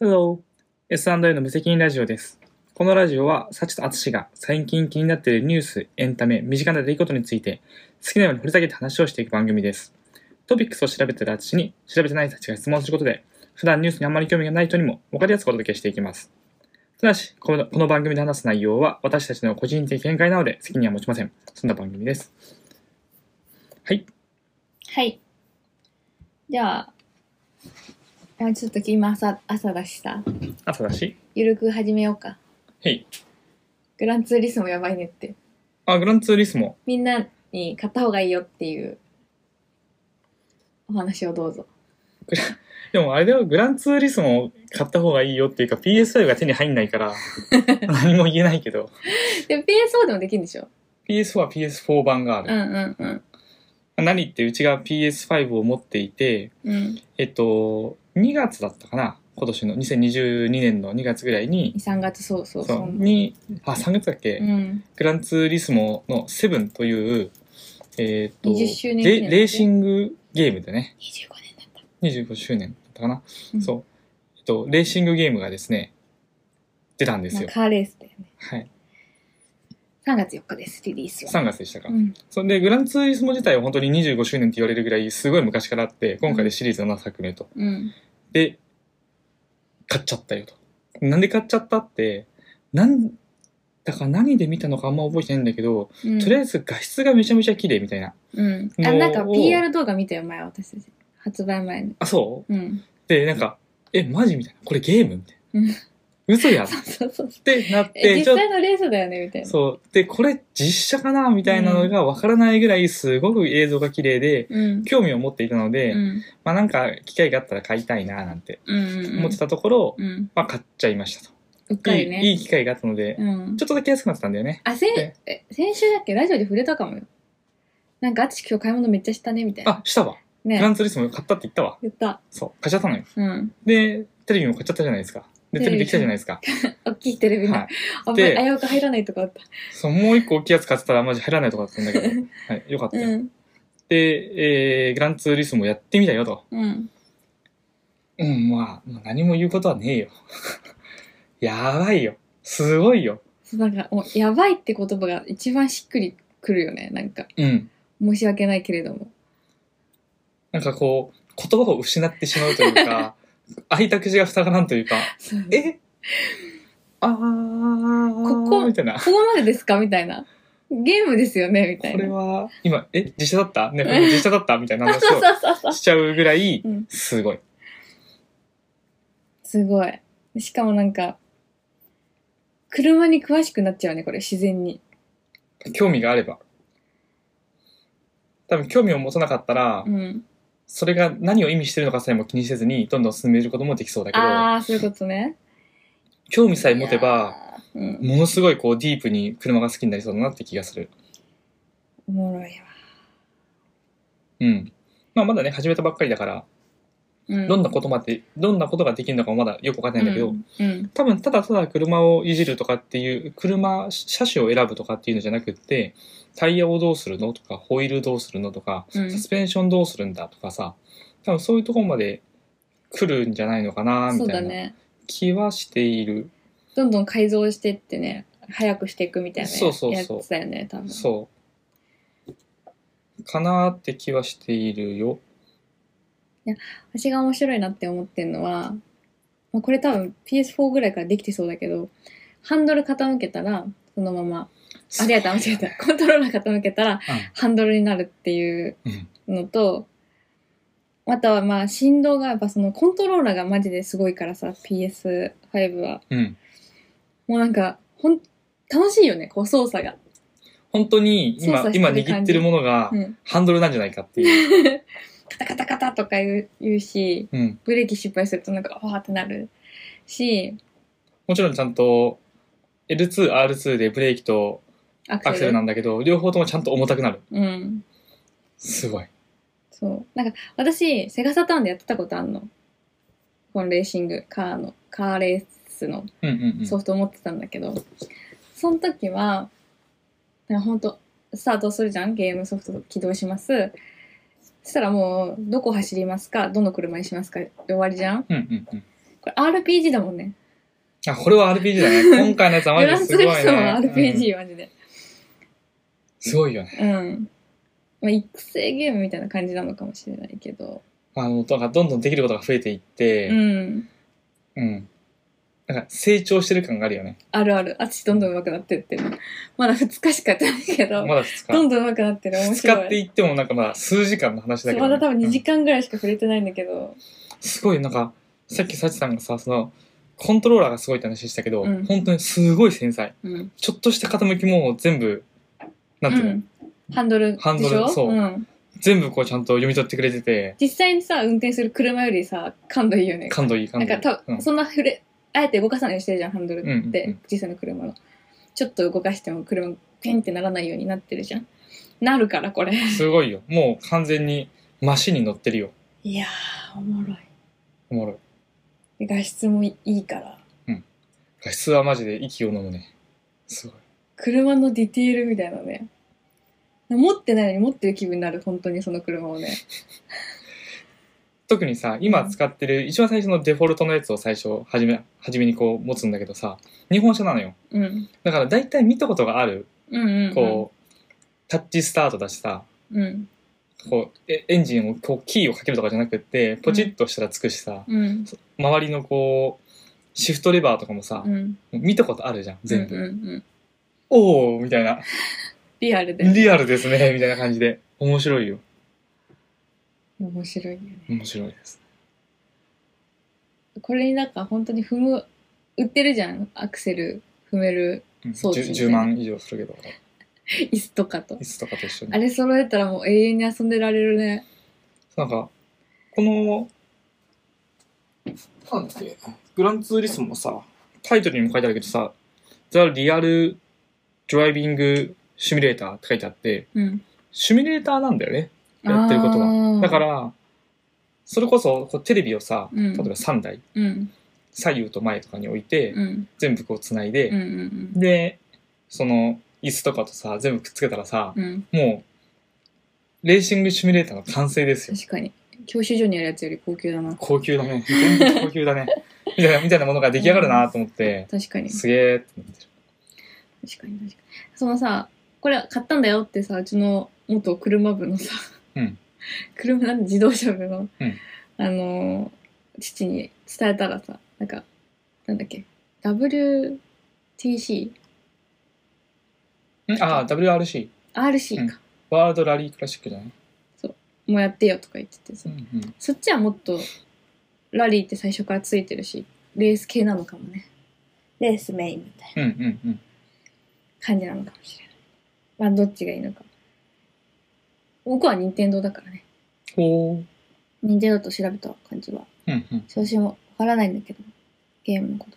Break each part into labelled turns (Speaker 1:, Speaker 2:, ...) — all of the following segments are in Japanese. Speaker 1: Hello! S&A の無責任ラジオです。このラジオは、サチとアツシが最近気になっているニュース、エンタメ、身近な出来事について、好きなように掘り下げて話をしていく番組です。トピックスを調べているアツシに、調べてない人たちが質問することで、普段ニュースにあまり興味がない人にも分かりやすくお届けしていきます。ただし、このこの番組で話す内容は、私たちの個人的見解なので、責任は持ちません。そんな番組です。はい。
Speaker 2: はい。じゃあ、あちょっと今朝朝だしさ、
Speaker 1: 朝だし。
Speaker 2: ゆるく始めようか。
Speaker 1: はい。
Speaker 2: グランツーリスモやばいねって。
Speaker 1: あ、グランツーリスモ。
Speaker 2: みんなに買った方がいいよっていうお話をどうぞ。
Speaker 1: でもあれだよ、グランツーリスモ買った方がいいよっていうか PS5 が手に入んない から、何も言えないけど、
Speaker 2: でも PSO でもできるんでしょ
Speaker 1: PS4 は PS4 版があ
Speaker 2: うん
Speaker 1: る。
Speaker 2: うんうん。
Speaker 1: 何ってうちが PS5 を持っていて、
Speaker 2: うん。
Speaker 1: えっと、2月だったかな今年の2022年の2月ぐらいに
Speaker 2: 2、、3月そうそうそ。
Speaker 1: そううに、あ、3月だっけ、
Speaker 2: うん。
Speaker 1: グランツーリスモの7という、えっと、
Speaker 2: 20周年記念だ
Speaker 1: レ
Speaker 2: ね
Speaker 1: レーシングゲームでね、
Speaker 2: 25年だった。
Speaker 1: 25周年だったかな、
Speaker 2: うん
Speaker 1: そう。えっと、レーシングゲームがですね、出たんです
Speaker 2: まあ
Speaker 1: よ。
Speaker 2: カーレースだよね。
Speaker 1: はい。
Speaker 2: 3月4日です、リリースは。
Speaker 1: 3月でしたか。
Speaker 2: うん。
Speaker 1: そんで、グランツーリスモ自体は本当に25周年って言われるぐらい、すごい昔からあって、今回でシリーズ7作目と。
Speaker 2: うん。
Speaker 1: で、買っちゃったよと。なんで買っちゃったって、なんだか何で見たのかあんま覚えてないんだけど、
Speaker 2: うん、
Speaker 1: とりあえず画質がめちゃめちゃ綺麗みたいな。
Speaker 2: うん。あ、
Speaker 1: もう
Speaker 2: なんか PR 動画見たよ、前私たち。発売前に。
Speaker 1: あ、そう
Speaker 2: うん。
Speaker 1: で、なんか、え、マジみたいな。これゲームみたい
Speaker 2: うん
Speaker 1: な。嘘やっ
Speaker 2: そうそうそう。
Speaker 1: てなっ
Speaker 2: え
Speaker 1: て、
Speaker 2: 実
Speaker 1: ちょっと
Speaker 2: 際のレースだよねみたいな。
Speaker 1: そう。で、これ実写かなみたいなのがわからないぐらい、すごく映像が綺麗で、
Speaker 2: うん。
Speaker 1: 興味を持っていたの
Speaker 2: う
Speaker 1: で、
Speaker 2: ん。
Speaker 1: まあなんか機会があったら買いたいななんて
Speaker 2: うん。
Speaker 1: 思ってたところ、
Speaker 2: うん。
Speaker 1: まあ買っちゃいましたと。
Speaker 2: うっか
Speaker 1: い
Speaker 2: り
Speaker 1: い,、
Speaker 2: ね。
Speaker 1: いい機会があったので、
Speaker 2: うん
Speaker 1: ち。ょっとだけ安くなってたんだよね。
Speaker 2: あ、せん、え先週だっけラジオで触れたかもよ。なんか、あつし今日買い物めっちゃしたねみたいな。
Speaker 1: あ、したわ。グラ
Speaker 2: ね。
Speaker 1: ンツーリスモ買ったって言ったわ。
Speaker 2: 言った。
Speaker 1: そう。買っちゃったのよ。
Speaker 2: うん。
Speaker 1: で、テレビも買っちゃったじゃないですか。で、テレビできたじゃないですか。
Speaker 2: 大きいテレビ
Speaker 1: は
Speaker 2: ね
Speaker 1: い。。
Speaker 2: 危
Speaker 1: で
Speaker 2: ない危うく入らないとかあった。
Speaker 1: そう、もう一個大きいやつ買ってたらマジ入らないとかだったんだけど。 はい、よかったよ。
Speaker 2: うん。
Speaker 1: で、えー、グランツーリスモやってみたよと。
Speaker 2: うん。
Speaker 1: うん、まあ、まあ何も言うことはねえよ。 やばいよ。すごいよ。
Speaker 2: そう、なんか、もうやばいって言葉が一番しっくりくるよね。なんか、
Speaker 1: うん。
Speaker 2: 申し訳ないけれども。
Speaker 1: なんかこう、言葉を失ってしまうという か、開いた口が塞がらんというか、
Speaker 2: そう
Speaker 1: えあー、
Speaker 2: ここ
Speaker 1: みたいな。
Speaker 2: ここまでですかみたいな。ゲームですよねみたい
Speaker 1: これ
Speaker 2: な。
Speaker 1: は、今、え、実写だったね、これ実写だったみたいな話
Speaker 2: そうそうそうそう
Speaker 1: を。しちゃうぐらい
Speaker 2: うん、
Speaker 1: すごい。
Speaker 2: すごい。しかもなんか、車に詳しくなっちゃうね、これ、自然に。
Speaker 1: 興味があれば。多分、興味を持たなかったら
Speaker 2: う、ん。
Speaker 1: それが何を意味してるのかさえも気にせずに、どんどん進めることもできそうだけど、
Speaker 2: ああ、そういうことね。
Speaker 1: 興味さえ持てば、
Speaker 2: いやー。うん。
Speaker 1: ものすごいこう、ディープに車が好きになりそうだなって気がする。
Speaker 2: おもろいわ。
Speaker 1: うん。まあ、まだね、始めたばっかりだから、
Speaker 2: うん
Speaker 1: どんなことまで、どんなことができるのかもまだよくわかんないんだけど、
Speaker 2: うん。うん。
Speaker 1: 多分ただただ車をいじるとかっていう車車種を選ぶとかっていうのじゃなくってタイヤをどうするのとかホイールどうするのとか
Speaker 2: うん
Speaker 1: サスペンションどうするんだとかさ多分そういうところまで来るんじゃないのかな
Speaker 2: そ
Speaker 1: み
Speaker 2: う
Speaker 1: た
Speaker 2: だ
Speaker 1: いな
Speaker 2: ね。
Speaker 1: 気はしている、
Speaker 2: どんどん改造してってね、早くしていくみたいな、ね、
Speaker 1: そうそうそう
Speaker 2: やつだよね、多分。
Speaker 1: そうかなって気はしているよ
Speaker 2: 私が面白いなって思ってるのは、まあ、これ多分 PS4 ぐらいからできてそうだけど、ハンドル傾けたら、そのまま、あ、違えた、間違えた。コントローラー傾けたら、ハンドルになるっていう
Speaker 1: うん
Speaker 2: のと、あとはまあ振動がやっぱそのコントローラーがマジですごいからさ PS5 は
Speaker 1: うん
Speaker 2: もうなんかほん楽しいよねこう操作が、
Speaker 1: 本当に今
Speaker 2: 操作してる
Speaker 1: 今
Speaker 2: 感じ
Speaker 1: 握ってるものが
Speaker 2: うん、
Speaker 1: ハンドルなんじゃないかっていう、
Speaker 2: カタカタカタとか言う言うし
Speaker 1: うん、
Speaker 2: ブレーキ失敗するとなんかわーってなるし
Speaker 1: もちろんちゃんと L2R2 でブレーキと
Speaker 2: アクセル
Speaker 1: アクセルなんだけど、両方ともちゃんと重たくなる。
Speaker 2: うん
Speaker 1: すごい。
Speaker 2: そうなんか私セガサターンでやってたことあんのこのレーシングカーのカーレースの
Speaker 1: うんうんうん。
Speaker 2: ソフト持ってたんだけど、その時は、なんかほんと、スタートするじゃんゲームソフト起動します。そしたらもう、どこ走りますかどの車にしますかで終わりじゃん
Speaker 1: うんうんうん。
Speaker 2: これ RPG だもんね。
Speaker 1: あ、これは RPG だ ね。今回のやつはマ
Speaker 2: グ
Speaker 1: ジ
Speaker 2: ラ
Speaker 1: です
Speaker 2: ンツ
Speaker 1: ごいね
Speaker 2: ーリ。スモは RPG、
Speaker 1: うん
Speaker 2: マジで。
Speaker 1: すごいよね。
Speaker 2: うん。まあ、育成ゲームみたいな感じなのかもしれないけど。
Speaker 1: あの、なんかどんどんできることが増えていっ
Speaker 2: う
Speaker 1: て、
Speaker 2: ん。
Speaker 1: うん。なんか成長してる感があるよね。
Speaker 2: あるある。あちどんどん上手くなってってる。まだ2日しかやってないけど、
Speaker 1: まだ2日。
Speaker 2: どんどん上手くなってる。面
Speaker 1: 使
Speaker 2: 白い。
Speaker 1: っていってもなんかまあ数時間の話だけど、
Speaker 2: まだ多分2
Speaker 1: うん
Speaker 2: 時間ぐらいしか触れてないんだけど、
Speaker 1: すごいなんかさっきサチさんがさそのコントローラーがすごいって話したけど、
Speaker 2: うん
Speaker 1: 本当にすごい繊細
Speaker 2: うん。
Speaker 1: ちょっとした傾きも全部なんていうの、
Speaker 2: うんハンドルでしょ
Speaker 1: ハンドルそう
Speaker 2: うん。
Speaker 1: 全部こうちゃんと読み取ってくれてて
Speaker 2: 実際にさ、運転する車よりさ、感度いいよね。
Speaker 1: 感度いい感
Speaker 2: な
Speaker 1: 度
Speaker 2: ん
Speaker 1: いい
Speaker 2: か多分、
Speaker 1: うん
Speaker 2: そんな触れ、あえて動かさないようにしてるじゃん、ハンドル
Speaker 1: うんうんう
Speaker 2: っ
Speaker 1: ん
Speaker 2: て、実際の車の。ちょっと動かしても車ペンってならないようになってるじゃん。なるから、これ。
Speaker 1: すごいよもう完全にマシンに乗ってるよ
Speaker 2: いやー、おもろい。
Speaker 1: おもろい
Speaker 2: で画質もいいから。
Speaker 1: 画質はマジで息を飲むねすごい
Speaker 2: 車のディテールみたいなね。持ってないのに持ってる気分になる、本当にその車をね。
Speaker 1: 特にさ今使ってる一番最初のデフォルトのやつを最初初め初めにこう持つんだけどさ日本車なのよ
Speaker 2: うん。
Speaker 1: だから大体見たことがある
Speaker 2: うんうん、うん。
Speaker 1: こう、タッチスタートだしさ、
Speaker 2: うん。
Speaker 1: こう、えエンジンを、こう、キーをかけるとかじゃなくって、ポチッとしたらつくしさ、
Speaker 2: うん。
Speaker 1: 周りのこう、シフトレバーとかもさ
Speaker 2: う、ん。
Speaker 1: 見たことあるじゃん、全部。
Speaker 2: うんうんうん。
Speaker 1: おーみたいな。
Speaker 2: リアルで。
Speaker 1: リアルですね、みたいな感じで。面白いよ。
Speaker 2: 面白いよね。
Speaker 1: 面白いです。
Speaker 2: これになんか本当に踏む、売ってるじゃん。アクセル踏める
Speaker 1: うん
Speaker 2: そうですね
Speaker 1: 10, 10万以上するけど、
Speaker 2: 椅子とかと
Speaker 1: 椅。子とかと一緒
Speaker 2: あ
Speaker 1: に。
Speaker 2: れ揃えたらもう永遠に遊んでられるね。
Speaker 1: なんか、この、
Speaker 3: なんだっけグランツーリスモもさ、
Speaker 1: タイトルにも書いてあるけどさ、ザ・リアル・ドライビング・シミュレーターって書いてあって、
Speaker 2: うん。
Speaker 1: シミュレーターなんだよね。やってることは
Speaker 2: は
Speaker 1: だか、ら、それこそこうテレビをさ、
Speaker 2: うん
Speaker 1: 例えば3台、
Speaker 2: うん。
Speaker 1: 左右と前とかに置いて、
Speaker 2: うん。
Speaker 1: 全部こう繋い
Speaker 2: うん。
Speaker 1: で、
Speaker 2: うん。
Speaker 1: で、その椅子とかとさ、全部くっつけたらさ、
Speaker 2: うん。
Speaker 1: もう、レーシングシミュレーターの完成ですよ。
Speaker 2: 確かに。教習所にあるやつより 高級だな。
Speaker 1: 高級だね。全部高級だね。 みたいな、みたいなものが出来上がるなと思って、
Speaker 2: 確かに。
Speaker 1: すげーって思ってる。
Speaker 2: 確かに確かに。そのさ、これ買ったんだよってさ、うちの元車部のさ、
Speaker 1: うん
Speaker 2: 車なんで自動車部の、
Speaker 1: うん
Speaker 2: あのー、父に伝えたらさ、なんか、なんだっけ、WTC?RC
Speaker 1: んああ、WRC、うん
Speaker 2: か、
Speaker 1: ワールドラリークラシックじゃない
Speaker 2: もうやってよとか言っててさ
Speaker 1: う、んうん。
Speaker 2: そっちはもっとラリーって最初からついてるし、レース系なのかもね。レースメインみたい
Speaker 1: うん
Speaker 2: な
Speaker 1: うんうん。
Speaker 2: 感じなのかもしれない。まあ、どっちがいいのか。僕は任天堂だからね。
Speaker 1: ほー。
Speaker 2: 任天堂と調べた感じは、
Speaker 1: うんうん。
Speaker 2: 調子もわからないんだけど、ゲームのこと。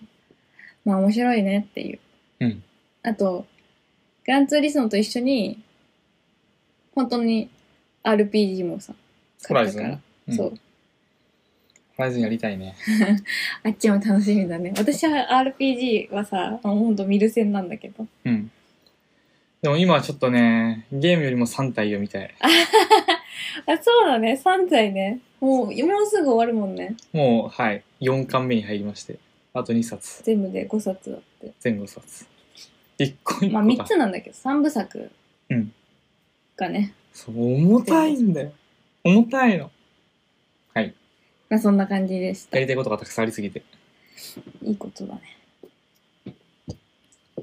Speaker 2: まあ面白いねっていう。
Speaker 1: うん
Speaker 2: あと、グランツーリスモと一緒に、本当に RPG もさ、
Speaker 1: ホラ
Speaker 2: 買っ
Speaker 1: イ
Speaker 2: た
Speaker 1: ズ
Speaker 2: から
Speaker 1: ン。。うん
Speaker 2: そう
Speaker 1: ホ。ライズンやりたいね。
Speaker 2: あっちも楽しみだね。私は RPG はさ、あのほんと見る線なんだけど。
Speaker 1: うん。でも今はちょっとね、ゲームよりも3体を見たい。
Speaker 2: あ、そうだね。3歳ね。もう、もうすぐ終わるもんね。
Speaker 1: もう、はい、4巻目に入りまして、あと2冊、
Speaker 2: 全部で5冊だって。
Speaker 1: 全5冊。1個1個
Speaker 2: ま
Speaker 1: が
Speaker 2: あ3つなんだけど、3部作
Speaker 1: うん
Speaker 2: がね。
Speaker 1: そう、重たいんだよ。重たいの。
Speaker 2: まあそんな感じでした
Speaker 1: や。りたいことがたくさんありすぎて。
Speaker 2: いいことだね。い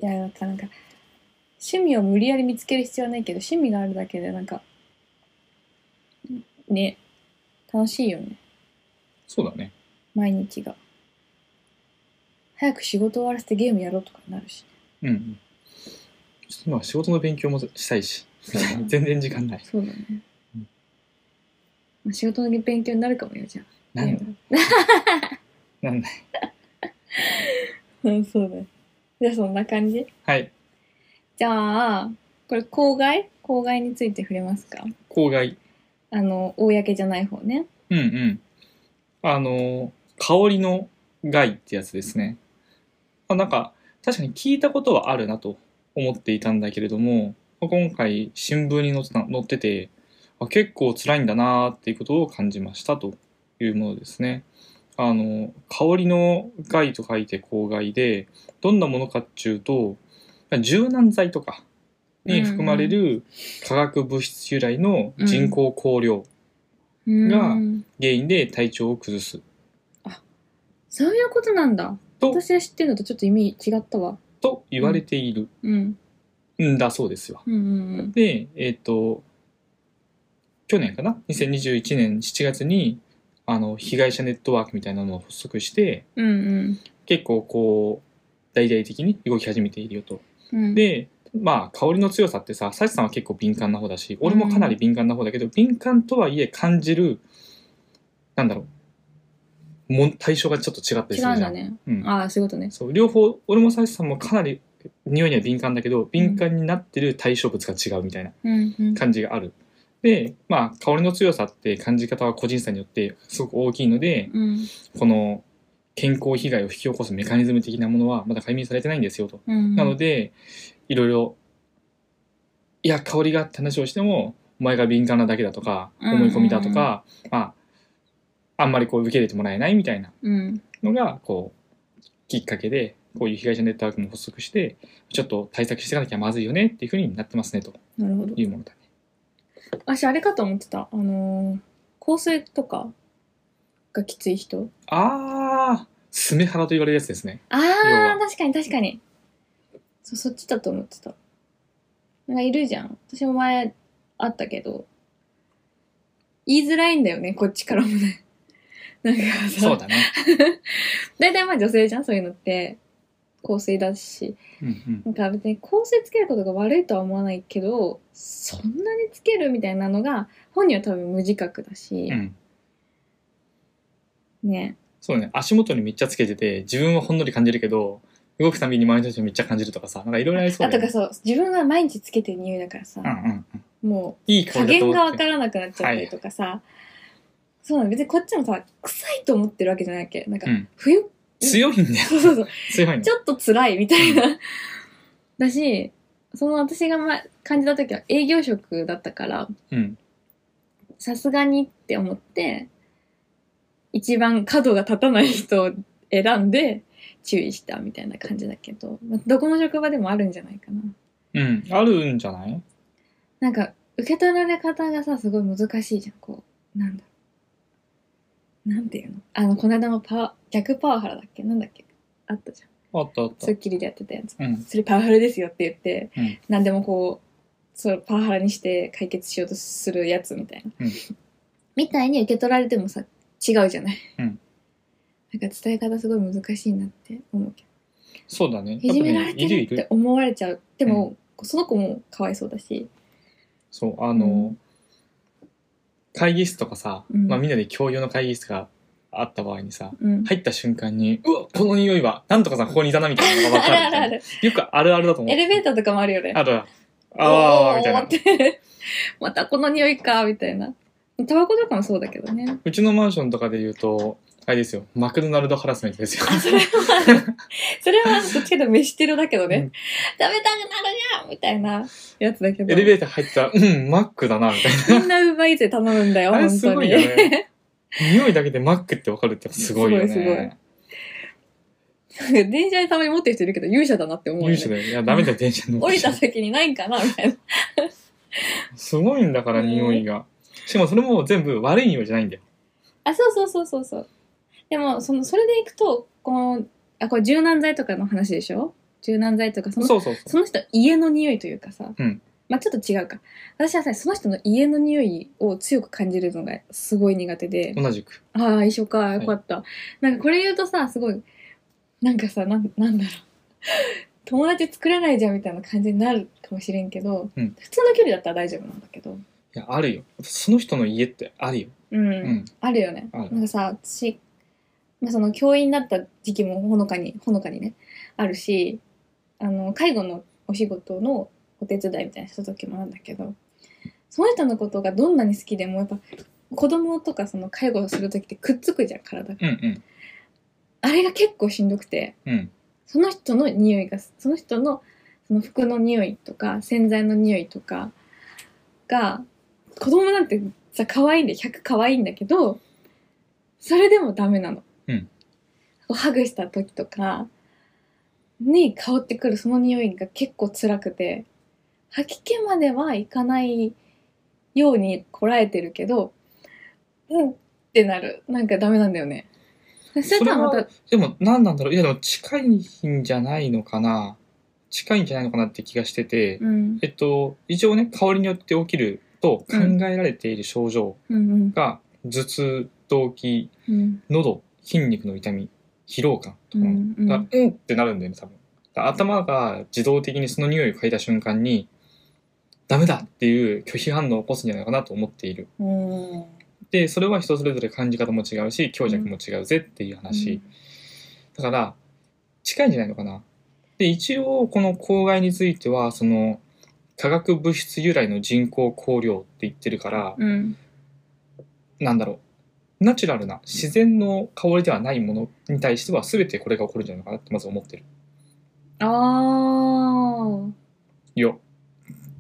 Speaker 2: や、なんか、なんか、趣味を無理やり見つける必要はないけど、趣味があるだけで、なんか、ね、楽しいよね、
Speaker 1: そうだね。
Speaker 2: 毎日が。早く仕事終わらせてゲームやろうとかになるし。
Speaker 1: うんうん。ちょっと今は仕事の勉強もしたいし、全然時間ない。
Speaker 2: そうだね
Speaker 1: うん。
Speaker 2: まあ、仕事の勉強になるかもよ、じゃあ。
Speaker 1: なん
Speaker 2: ゲ
Speaker 1: だ
Speaker 2: ーム
Speaker 1: なんだ。
Speaker 2: うん、 そうだね。じゃあ、そんな感じ
Speaker 1: はい。
Speaker 2: じゃあ、これ、公害公害について触れますか
Speaker 1: 郊外。
Speaker 2: あの、公じゃない方ね。
Speaker 1: うんうん。あの、香りの害ってやつですね。あなんか、確かに聞いたことはあるなと思っていたんだけれども、今回新聞に載ってた載ってて、あ結構辛いんだなーっていうことを感じましたというものですね。あの香りの害と書いて香害でどんなものかっていうと柔軟剤とかに含まれる化学物質由来の人工香料が
Speaker 2: うん
Speaker 1: 原因で体調を崩す
Speaker 2: そういうことなんだ
Speaker 1: と
Speaker 2: 私が知ってるのとちょっと意味違ったわ
Speaker 1: と言われている
Speaker 2: うん
Speaker 1: んだそうですよ。
Speaker 2: うんうん
Speaker 1: で、えっ、と、去年かな ?2021 年7月に、あの、被害者ネットワークみたいなのを発足して、
Speaker 2: うんうん
Speaker 1: 結構こう、大々的に動き始めているよと。
Speaker 2: うん
Speaker 1: で、まあ、香りの強さってさ、サチさんは結構敏感な方だし、俺もかなり敏感な方だけど、敏感とはいえ感じる、なんだろう、もん対象がちょっと違ったり
Speaker 2: 違
Speaker 1: する
Speaker 2: うん
Speaker 1: じゃ
Speaker 2: だ
Speaker 1: ん。
Speaker 2: ね
Speaker 1: うん
Speaker 2: ああそういうことね
Speaker 1: そう両方、俺もサチさんもかなり匂いには敏感だけど、敏感になってる対象物が違うみたいな。
Speaker 2: うんうん
Speaker 1: 感じがある。で、まあ、香りの強さって感じ方は個人差によってすごく大きいので、
Speaker 2: うん
Speaker 1: この健康被害を引き起こすメカニズム的なものはまだ解明されてないんですよと。
Speaker 2: うん
Speaker 1: なので、いろいろ、いや、香りがって話をしても、お前が敏感なだけだとか、
Speaker 2: うん
Speaker 1: 思い込みだとか、まあ、あんまりこう受け入れてもらえないみたいな
Speaker 2: うん
Speaker 1: のが、こう、きっかけで、こういう被害者ネットワークも発足して、ちょっと対策していかなきゃまずいよねっていうふうになってますねと
Speaker 2: なるほど
Speaker 1: いうものだね。
Speaker 2: 私あれかと思ってたあのー香水とかがきつい人
Speaker 1: ああ、スメハラと言われるやつですね。
Speaker 2: あ
Speaker 1: は
Speaker 2: ー確かに確かにそそっちだと思ってたなんかいるじゃん私も前あったけど言いづらいんだよねこっちからもね なんかさ
Speaker 1: そうだね。
Speaker 2: 大体まあ女性じゃんそういうのって香水だし
Speaker 1: うんうん。
Speaker 2: なんか別に香水つけることが悪いとは思わないけどそんなにつけるみたいなのが本人は多分無自覚だし
Speaker 1: う、ん、
Speaker 2: ね
Speaker 1: そうね。足元にめっちゃつけてて、自分はほんのり感じるけど、動くたびに周りの人にめっちゃ感じるとかさ、なんかいろいろありそう
Speaker 2: あ
Speaker 1: だ
Speaker 2: と
Speaker 1: よ、
Speaker 2: か
Speaker 1: ね。
Speaker 2: そう自分は毎日つけてる匂いだからさ、
Speaker 1: うんうんうん。
Speaker 2: も
Speaker 1: いいう香
Speaker 2: 加
Speaker 1: りだと
Speaker 2: 減
Speaker 1: 思
Speaker 2: が
Speaker 1: っ
Speaker 2: 分
Speaker 1: て。
Speaker 2: からなくなっちゃったりとかさ、そうなの別にこっちもさ臭いと思ってるわけじゃないっけなんか
Speaker 1: うん
Speaker 2: 冬、
Speaker 1: 強いんだよ。
Speaker 2: そうそうそう
Speaker 1: 強いんだ
Speaker 2: ち
Speaker 1: よ。
Speaker 2: ょっと辛いみたいな。 だし、その私がま感じた時は営業職だったから、
Speaker 1: うん。
Speaker 2: さすがにって思って、一番角が立たない人を選んで注意したみたいな感じだけど、まあどこの職場でもあるんじゃないかな。
Speaker 1: うん。あるんじゃない
Speaker 2: なんか、受け取られ方がさ、すごい難しいじゃん、こう。なんだなんていうのあの、この間のパワ、逆パワハラだっけなんだっけあったじゃん。
Speaker 1: あったあった
Speaker 2: ス。ッキリでやってたやつ。
Speaker 1: うん。
Speaker 2: それパワハラですよって言って、
Speaker 1: うん
Speaker 2: 何でもこうそれパワハラにして解決しようとするやつみたいな、
Speaker 1: うん
Speaker 2: みたいに受け取られてもさ違うじゃない、
Speaker 1: うん
Speaker 2: なんか伝え方すごい難しいなって思うけ
Speaker 1: そうだね。
Speaker 2: どいじめら
Speaker 1: や
Speaker 2: れ
Speaker 1: っぱね
Speaker 2: て
Speaker 1: いる
Speaker 2: る
Speaker 1: い
Speaker 2: って
Speaker 1: る。
Speaker 2: 思われちゃうでも、その子もかわいそうだし
Speaker 1: そう、あの、
Speaker 2: うん
Speaker 1: 会議室とかさ、
Speaker 2: うん
Speaker 1: まあみんなで共有の会議室があった場合にさ、
Speaker 2: うん
Speaker 1: 入った瞬間に、うわ、この匂いは、なんとかさんここにいたなみたいなのが分
Speaker 2: あ
Speaker 1: かる
Speaker 2: る
Speaker 1: みたい
Speaker 2: ある あ
Speaker 1: な。
Speaker 2: る
Speaker 1: よくあるあるだと思う。
Speaker 2: エレベーターとかもあるよね
Speaker 1: あるある。あ
Speaker 2: お
Speaker 1: ー、みたいな
Speaker 2: って またこの匂いかみたいなタバコとかもそうだけど ね
Speaker 1: うちのマンションとかで言うと、あれですよ、マクドナルドハラスメントですよ。
Speaker 2: それは、それはどっちかというと飯テロだけどね、
Speaker 1: うん
Speaker 2: 食べたくなるじゃんみたいなやつだけど。
Speaker 1: エレベーター入ったら、うん、マックだな、みた い
Speaker 2: みんな奪い勢頼むんだよ、
Speaker 1: な。あれ
Speaker 2: 本
Speaker 1: す
Speaker 2: 当
Speaker 1: ごい
Speaker 2: に。
Speaker 1: よね。匂いだけでマックってわかるってすごいよね。
Speaker 2: すごいす電車でたまに持ってる人いるけど、勇者だなって思うよ、
Speaker 1: 勇者
Speaker 2: ね。
Speaker 1: だよ。いや、ダメだよ、電車に乗
Speaker 2: 降
Speaker 1: って
Speaker 2: りた先にないんかなみ たいな。
Speaker 1: すごいんだから、
Speaker 2: うん
Speaker 1: 匂いが。しかもそれも全部悪い匂いじゃないんだよ。
Speaker 2: あ、そうそうそうそうそう。でも、その、それでいくと、この、あ、これ柔軟剤とかの話でしょ柔軟剤とか、その
Speaker 1: そうそうそ
Speaker 2: その人家の匂いというかさ、
Speaker 1: うん
Speaker 2: まあちょっと違うか。私はさ、その人の家の匂いを強く感じるのがすごい苦手で。
Speaker 1: う。同じく。
Speaker 2: ああ、一緒か、
Speaker 1: い
Speaker 2: よかった。なんかこれ言うとさ、すごい、なんかさ、なんなんだろう。 友達作れないじゃんみたいな感じになるかもしれんけど、
Speaker 1: うん
Speaker 2: 普通の距離だったら大丈夫なんだけど。
Speaker 1: いや、あるよ。その人の家ってあるよ。
Speaker 2: うん。
Speaker 1: うん。
Speaker 2: あるよね。
Speaker 1: ある
Speaker 2: なんかさ、私、まあ、その教員だった時期もほのかに、 ほのかにね、あるし、あの、介護のお仕事のお手伝いみたいなした時もあるんだけど、その人のことがどんなに好きでも、やっぱ、子供とかその介護をする時ってくっつくじゃん、体が。
Speaker 1: うんうん。
Speaker 2: あれが結構しんどくて、
Speaker 1: うん。
Speaker 2: その人の匂いが、その人のその服の匂いとか、洗剤の匂いとかが、子供なんてさ、可愛いんで、100可愛いんだけど、それでもダメなの。
Speaker 1: う
Speaker 2: こうハグした時とかに香ってくるその匂いが結構辛くて吐き気まではいかないようにこらえてるけどうんってなるなんかダメなんだよねそれとはまた
Speaker 1: でも何なんだろういやでも近いんじゃないのかな近いんじゃないのかなって気がしてて、
Speaker 2: うん
Speaker 1: えっと一応ね香りによって起きると考えられている症状
Speaker 2: うんうん
Speaker 1: が、頭痛動悸
Speaker 2: うん
Speaker 1: 喉筋肉の痛み疲労感と
Speaker 2: う
Speaker 1: か、
Speaker 2: んう
Speaker 1: だ
Speaker 2: ん
Speaker 1: からうんってなるんだよね多分だから頭が自動的にその匂いを嗅いだ瞬間にダメだっていう拒否反応を起こすんじゃないかなと思っている
Speaker 2: うん
Speaker 1: でそれは人それぞれ感じ方も違うし強弱も違うぜっていう話、だから近いんじゃないのかなで一応この公害についてはその化学物質由来の人工香料って言ってるから、
Speaker 2: うん
Speaker 1: なんだろうナチュラルな自然の香りではないものに対しては全てこれが起こるんじゃないのかなってまず思ってる
Speaker 2: ああ
Speaker 1: よ。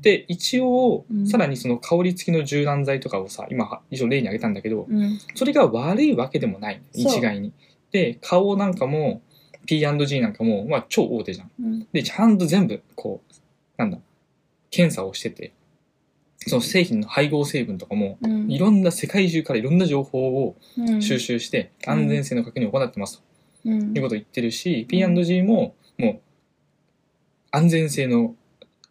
Speaker 1: で一応、
Speaker 2: うん
Speaker 1: さらにその香り付きの柔軟剤とかをさ今一応例に挙げたんだけど、
Speaker 2: うん
Speaker 1: それが悪いわけでもない
Speaker 2: そう
Speaker 1: 一概に。で顔なんかも P&G なんかも、まあ、超大手じゃん。
Speaker 2: うん
Speaker 1: でちゃんと全部こうなんだ検査をしててその製品の配合成分とかも
Speaker 2: うん
Speaker 1: いろんな世界中からいろんな情報を
Speaker 2: うん
Speaker 1: 収集して
Speaker 2: うん
Speaker 1: 安全性の確認を行ってますと
Speaker 2: うん
Speaker 1: いうことを言ってるし P&G ももう安全性の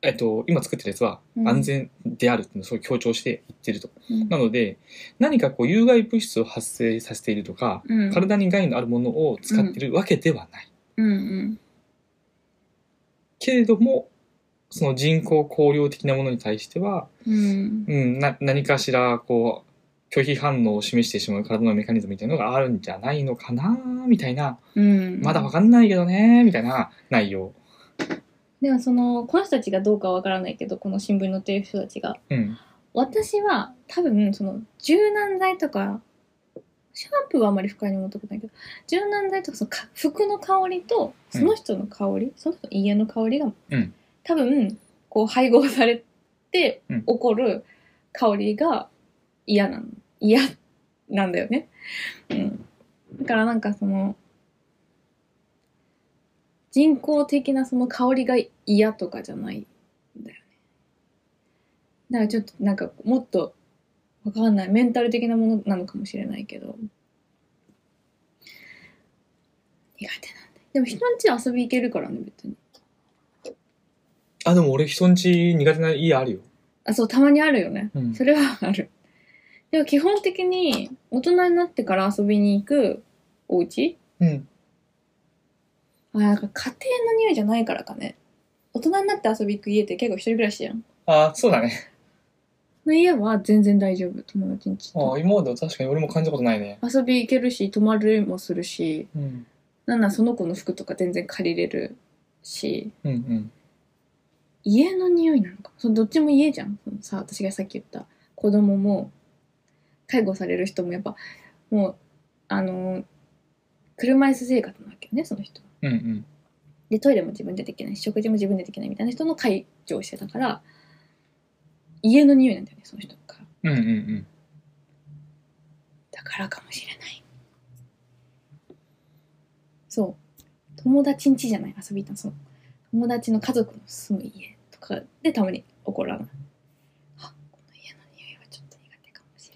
Speaker 1: えっと今作ってるやつは
Speaker 2: うん
Speaker 1: 安全であるっていうのをすごい強調して言ってると
Speaker 2: うん
Speaker 1: なので何かこう有害物質を発生させているとか
Speaker 2: うん
Speaker 1: 体に害のあるものを使ってるわけではない
Speaker 2: うんうん
Speaker 1: けれどもその人工香料的なものに対しては、
Speaker 2: うん
Speaker 1: うん、な何かしらこう拒否反応を示してしまう体のメカニズムみたいなのがあるんじゃないのかなみたいな
Speaker 2: うん
Speaker 1: まだわかんないけどねみたいな内容。
Speaker 2: でもそのこの人たちがどうかはわからないけどこの新聞に載ってる人たちが
Speaker 1: うん
Speaker 2: 私は多分その柔軟剤とかシャンプーはあまり不快に思ったことないけど柔軟剤とかそのか服の香りとその人の香り、その人の家の香りが、
Speaker 1: うん
Speaker 2: 多分こう配合されて
Speaker 1: うん
Speaker 2: 起こる香りが嫌なの嫌なんだよね、うん、だからなんかその人工的なその香りが嫌とかじゃないんだよねだからちょっとなんかもっとわかんないメンタル的なものなのかもしれないけど苦手なんだでも人んち遊び行けるからね別に
Speaker 1: あでも俺人んち苦手な家あるよ。
Speaker 2: あそうたまにあるよね、
Speaker 1: うん
Speaker 2: それはあるでも基本的に大人になってから遊びに行くお家
Speaker 1: うん、
Speaker 2: あなんか家庭の匂いじゃないからかね大人になって遊び行く家って結構一人暮らしじゃん
Speaker 1: あそうだね。
Speaker 2: の家は全然大丈夫友達ん ち
Speaker 1: あ
Speaker 2: と
Speaker 1: 今までは確かに俺も感じたことないね。
Speaker 2: 遊び行けるし泊まるもするし
Speaker 1: うん
Speaker 2: なんならその子の服とか全然借りれるし
Speaker 1: うんうん
Speaker 2: 家の匂いなのかそのどっちも家じゃんそのさ私がさっき言った子供も介護される人もやっぱもうあのー車椅子生活なわけよねその人は
Speaker 1: うんうん
Speaker 2: でトイレも自分でできないし食事も自分でできないみたいな人の介助をしてたから家の匂いなんだよねその人が
Speaker 1: うんうんうん。
Speaker 2: だからかもしれないそう友達ん家じゃない遊び行ったのその友達の家族の住む家とかでたまに起こらないあこの家の匂いはちょっと苦手かもしれ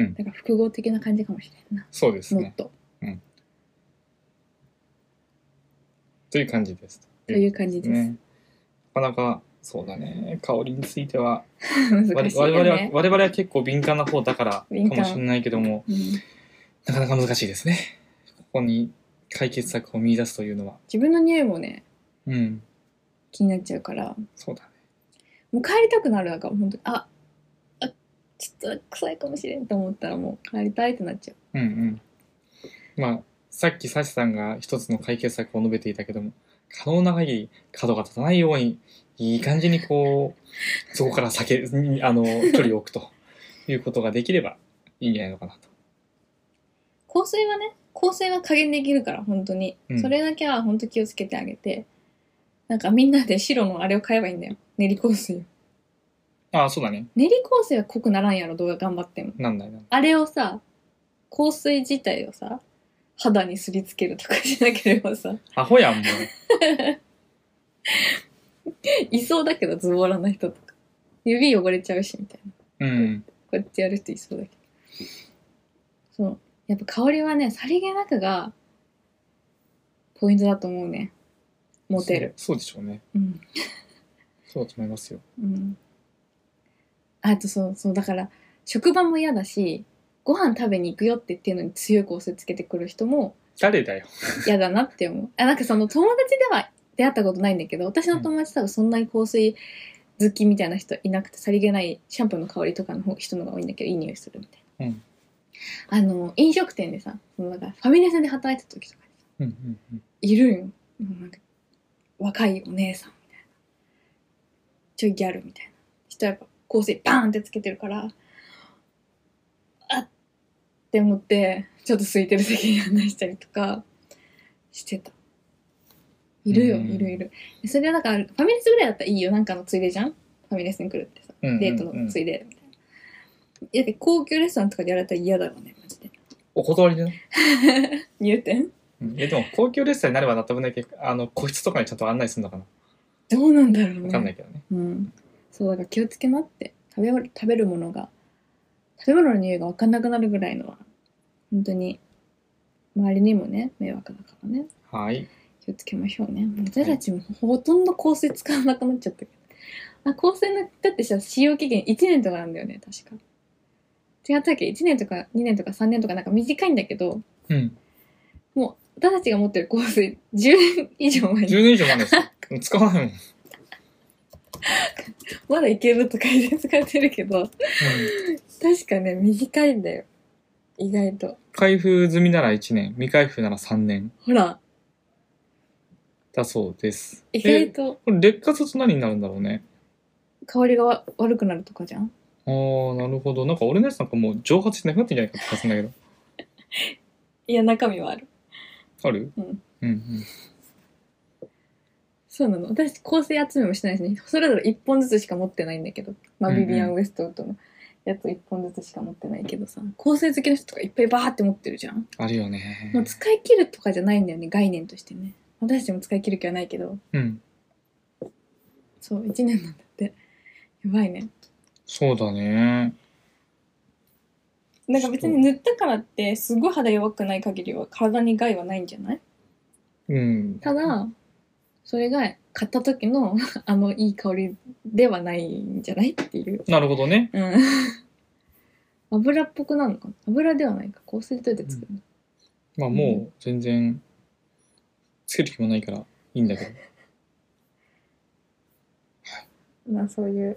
Speaker 2: ない、
Speaker 1: うん
Speaker 2: だから複合的な感じかもしれんな
Speaker 1: そうです
Speaker 2: もっ
Speaker 1: ね。
Speaker 2: と
Speaker 1: という感じです。
Speaker 2: という感じです、
Speaker 1: ね。なかなかそうだね香りについては
Speaker 2: 難しいよ
Speaker 1: 我々は
Speaker 2: ね、
Speaker 1: 我々は結構敏感な方だからか
Speaker 2: 敏感
Speaker 1: もしれないけども
Speaker 2: うん、
Speaker 1: なかなか難しいですねここに解決策を見出すというのは
Speaker 2: 自分の匂いもね
Speaker 1: うん
Speaker 2: 気になっちゃうから
Speaker 1: そうだね
Speaker 2: もう帰りたくなるなんか本当にああちょっと臭いかもしれんと思ったらもう帰りたいってなっちゃう
Speaker 1: うんうんまあさっきサシさんが一つの解決策を述べていたけども可能な限り角が立たないようにいい感じにこうそこから避けにあの距離を置く ということができればいいんじゃないのかなと
Speaker 2: 香水はね香水は加減できるから本当に、
Speaker 1: うん
Speaker 2: それだけは本当気をつけてあげてなんかみんなで白のあれを買えばいいんだよ練り香水を
Speaker 1: ああそうだね
Speaker 2: 練り香水は濃くならんやろ動画頑張っても
Speaker 1: なんないなんない
Speaker 2: あれをさ香水自体をさ肌にすりつけるとかしなければさ、
Speaker 1: アホやん、もう。
Speaker 2: いそうだけどズボラな人とか。指汚れちゃうし、みたいな。
Speaker 1: うん。
Speaker 2: こうやってやる人いそうだけど。そう。やっぱ香りはね、さりげなくが、ポイントだと思うね。モテる。
Speaker 1: そう。そうでしょうね。
Speaker 2: うん。
Speaker 1: そうだと思いますよ。
Speaker 2: うん。あとそうそう、だから、職場も嫌だし、ご飯食べに行くよって言ってるのに強く押し付けてくる人も
Speaker 1: 誰だよ。
Speaker 2: 嫌だなって思う。あ、なんかその友達では出会ったことないんだけど、私の友達多分そんなに香水好きみたいな人いなくて、さりげないシャンプーの香りとかの方人の方が多いんだけど、いい匂いするみたいな。
Speaker 1: うん
Speaker 2: あの、飲食店でさ、そのなんかファミレスで働いてた時とか、
Speaker 1: うんうんうん。
Speaker 2: いるよ。もうなんか若いお姉さんみたいな。ちょいギャルみたいな。人はやっぱ香水バーンってつけてるから、あっって思って、ちょっと空いてる席に案内したりとかしてた。いるよ、
Speaker 1: うん
Speaker 2: いるいる。それはだから、ファミレスぐらいだったらいいよ。なんかのついでじゃんファミレスに来るってさ。
Speaker 1: うんうんうん
Speaker 2: デートのついでみたいな。だって高級レストランとかでやられたら嫌だろうね、マジで。
Speaker 1: お断りでね。
Speaker 2: 入店
Speaker 1: うんいや、でも、高級レストランになればなった分だけ、あの、個室とかにちゃんと案内するのかな。
Speaker 2: どうなんだろうね。
Speaker 1: わかんないけどね。
Speaker 2: うん、そうだから気をつけなって食べ食べるものが食べ物の匂いが分かんなくなるぐらいのは本当に周りにもね迷惑だからね
Speaker 1: はい。
Speaker 2: 気をつけましょうね私たちもほとんど香水使わなくなっちゃったけどあ香水のだってさ使用期限1年とかなんだよね確か違ったっけ1年とか2年とか3年とかなんか短いんだけど
Speaker 1: うん。
Speaker 2: もう私たちが持ってる香水10年以上前に
Speaker 1: 10年以上前です よ。うん使わないもん。うん
Speaker 2: まだいけるとか言って使ってるけど確かね、短いんだよ。意外と。
Speaker 1: 開封済みなら1年、未開封なら3年
Speaker 2: ほら、
Speaker 1: だそうです。
Speaker 2: 意外
Speaker 1: え
Speaker 2: と
Speaker 1: これ劣化すると何になるんだろうね。
Speaker 2: 香りがわ悪くなるとかじゃん
Speaker 1: あー、なるほど。なんか俺のやつなんかもう蒸発してなくなってんじゃないかって気がするんだけど。
Speaker 2: いや、中身はある。
Speaker 1: ある
Speaker 2: うん。
Speaker 1: うんうん。
Speaker 2: そうなの。私、香水集めもしてないしね。それぞれ1本ずつしか持ってないんだけど。まあ、
Speaker 1: うんうん
Speaker 2: ビビアン・ウエストウッドのやつ1本ずつしか持ってないけどさ。香水好きの人とかいっぱいバーって持ってるじゃん
Speaker 1: あるよね。
Speaker 2: もう使い切るとかじゃないんだよね、概念としてね。私たちも使い切る気はないけど。
Speaker 1: うん。
Speaker 2: そう、1年なんだって。やばいね。
Speaker 1: そうだね。
Speaker 2: なんか別に塗ったからって、すごい肌弱くない限りは体に害はないんじゃない
Speaker 1: うん。
Speaker 2: ただそれが買った時の あのいい香りではないんじゃないっていう、
Speaker 1: なるほどね。
Speaker 2: うん、 油っぽくなるのかな油ではないか香水どうやって作るの、
Speaker 1: まあもう全然、つける気もないからいいんだけど。
Speaker 2: まあそういう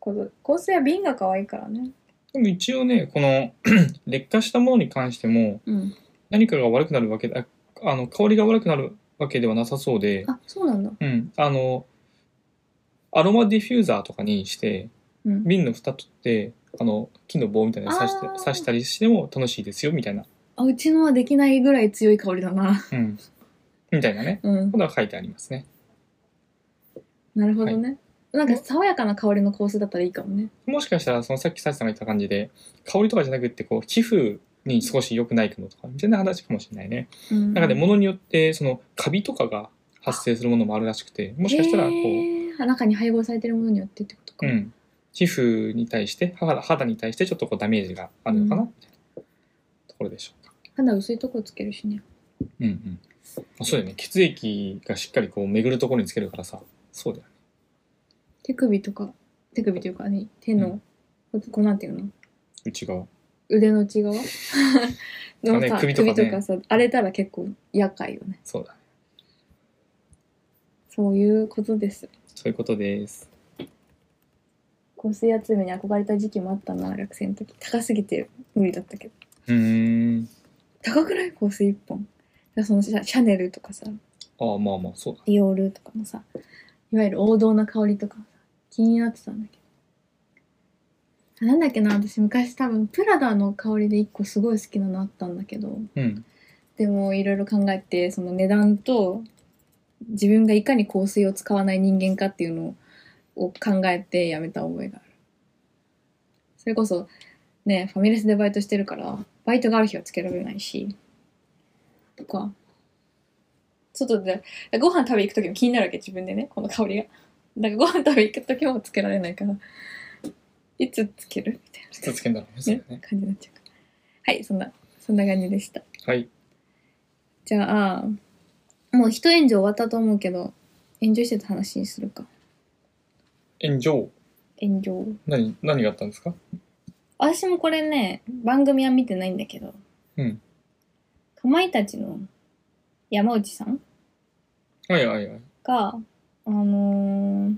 Speaker 2: こと香水は瓶が可愛いからね
Speaker 1: でも一応ね、この 劣化したものに関しても、
Speaker 2: うん
Speaker 1: 何かが悪くなるわけだ、あの、香りが悪くなるわけではなさそうで、
Speaker 2: あそうなんだ
Speaker 1: うん。あの、アロマディフューザーとかにして、
Speaker 2: うん
Speaker 1: 瓶の蓋取って、あの、木の棒みたいなの刺して
Speaker 2: あー
Speaker 1: 刺したりしても楽しいですよ、みたいな。
Speaker 2: あうちのはできないぐらい強い香りだな
Speaker 1: うん。みたいなね。
Speaker 2: うん
Speaker 1: ことが書いてありますね。
Speaker 2: なるほどね、なんか爽やかな香りの香水だったらいいかもね
Speaker 1: もしかしたら、そのさっきサチさんが言った感じで、香りとかじゃなくって、こう、皮膚に少し良くないかもとか、みたいな話かもしれないね。
Speaker 2: うん
Speaker 1: なんかで、
Speaker 2: も
Speaker 1: 物によって、その、カビとかが発生するものもあるらしくて、もしかしたら、こう、
Speaker 2: 中に配合されてるものによってってことか、
Speaker 1: うん。皮膚に対して、肌肌に対してちょっとこうダメージがあるのかな、
Speaker 2: う
Speaker 1: みたいなところでしょうか。
Speaker 2: 肌薄いとこつけるしね
Speaker 1: うんうん。あそうだよね。血液がしっかりこう巡るところにつけるからさ。そうだよね。
Speaker 2: 手首とか手首というかね手の、こうなんていうの
Speaker 1: 内側。
Speaker 2: 腕の 内側の
Speaker 1: ね
Speaker 2: さ
Speaker 1: 首とかね
Speaker 2: さ荒れたら結構厄介よね
Speaker 1: そうだね。
Speaker 2: そういうことです
Speaker 1: そういうことです。
Speaker 2: 香水集めに憧れた時期もあったな学生の時高すぎて無理だったけど
Speaker 1: うーん。
Speaker 2: 高くない香水一本だからそのシャシャネルとかさ
Speaker 1: ああ、まあまあ、そうだ。
Speaker 2: ディオールとかのさいわゆる王道な香りとかさ気になってたんだけどあなんだっけな私昔多分プラダの香りで一個すごい好きなのあったんだけど
Speaker 1: うん。
Speaker 2: でもいろいろ考えてその値段と自分がいかに香水を使わない人間かっていうのを考えてやめた覚えがあるそれこそねファミレスでバイトしてるからバイトがある日はつけられないしか。外で、ご飯食べ行くときも気になるわけ、自分でね、この香りが。だからご飯食べ行くときもつけられないから、いつつけるみたい
Speaker 1: いつつけんだろうねそ
Speaker 2: な
Speaker 1: れ
Speaker 2: ね、
Speaker 1: ね。
Speaker 2: 感じになっちゃうから。はい、そんな、そんな感じでした。
Speaker 1: はい。
Speaker 2: じゃあ、もう一炎上終わったと思うけど、炎上してた話にするか。
Speaker 1: 炎上。
Speaker 2: 炎上。
Speaker 1: 何、何があったんですか
Speaker 2: 私もこれね、番組は見てないんだけど、
Speaker 1: うん。
Speaker 2: かまいたちの山内さん
Speaker 1: はいはいはい。
Speaker 2: が、あのー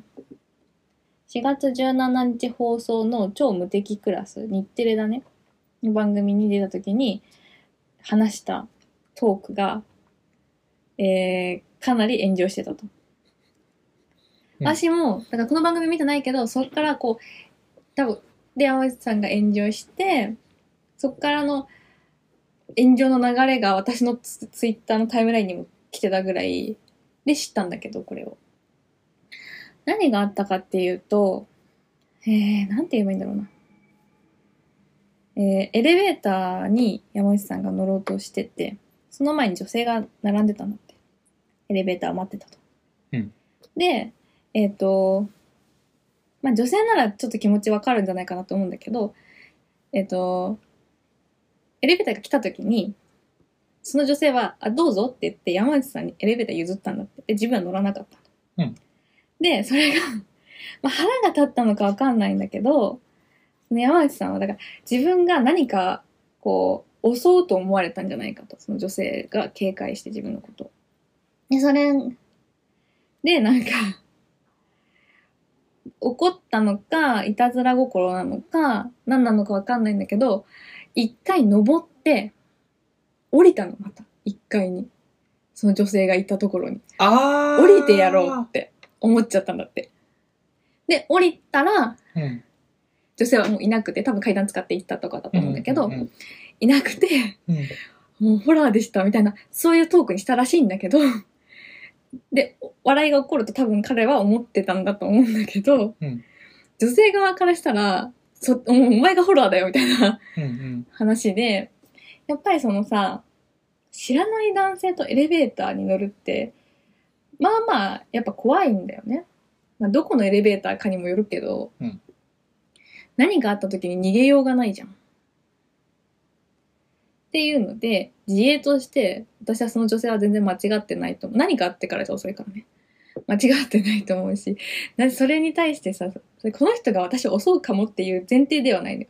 Speaker 2: 4月17日放送の超無敵クラス、日テレだね、の番組に出た時に話したトークが、えーかなり炎上してたと。
Speaker 1: うん
Speaker 2: 私も、だからこの番組見てないけど、そっからこう、多分、で、淡路さんが炎上して、そっからの炎上の流れが私のツツイッターのタイムラインにも来てたぐらいで知ったんだけど、これを。何があったかっていうと、えー、なんて言えばいいんだろうな。えー、エレベーターに山内さんが乗ろうとしてて、その前に女性が並んでたんだって。エレベーターを待ってたと。
Speaker 1: うん
Speaker 2: で、えっ、と、まあ女性ならちょっと気持ちわかるんじゃないかなと思うんだけど、えっ、と、エレベーターが来た時に、その女性は、あ、どうぞって言って山内さんにエレベーター譲ったんだって。で、自分は乗らなかった。
Speaker 1: うん
Speaker 2: で、それが、 まあ、腹が立ったのかわかんないんだけど、その山内さんは、だから自分が何か、こう、襲うと思われたんじゃないかと。その女性が警戒して自分のことを。で、それ、で、なんか、怒ったのか、いたずら心なのか、何なのかわかんないんだけど、一回登って、降りたの、また。一階に。その女性がいたところに。
Speaker 3: あ
Speaker 2: 降りてやろうって思っちゃったんだって。で、降りたら、
Speaker 1: うん。
Speaker 2: 女性はもういなくて、多分階段使って行ったとかだと思うんだけど、
Speaker 1: うんうん
Speaker 2: いなくて、
Speaker 1: うんうん
Speaker 2: もうホラーでしたみたいな、そういうトークにしたらしいんだけど、で、笑いが起こると多分彼は思ってたんだと思うんだけど、
Speaker 1: うん
Speaker 2: 女性側からしたら、そ、お前がホラーだよみたいな
Speaker 1: うんうん。
Speaker 2: 話で、やっぱりそのさ、知らない男性とエレベーターに乗るって、まあまあ、やっぱ怖いんだよね。まあ、どこのエレベーターかにもよるけど、
Speaker 1: うん
Speaker 2: 何かあった時に逃げようがないじゃん。っていうので、自衛として、私はその女性は全然間違ってないと思う。何かあってからじゃ遅いからね。間違ってないと思うし、なそれに対してさ、それこの人が私を襲うかもっていう前提ではないのよ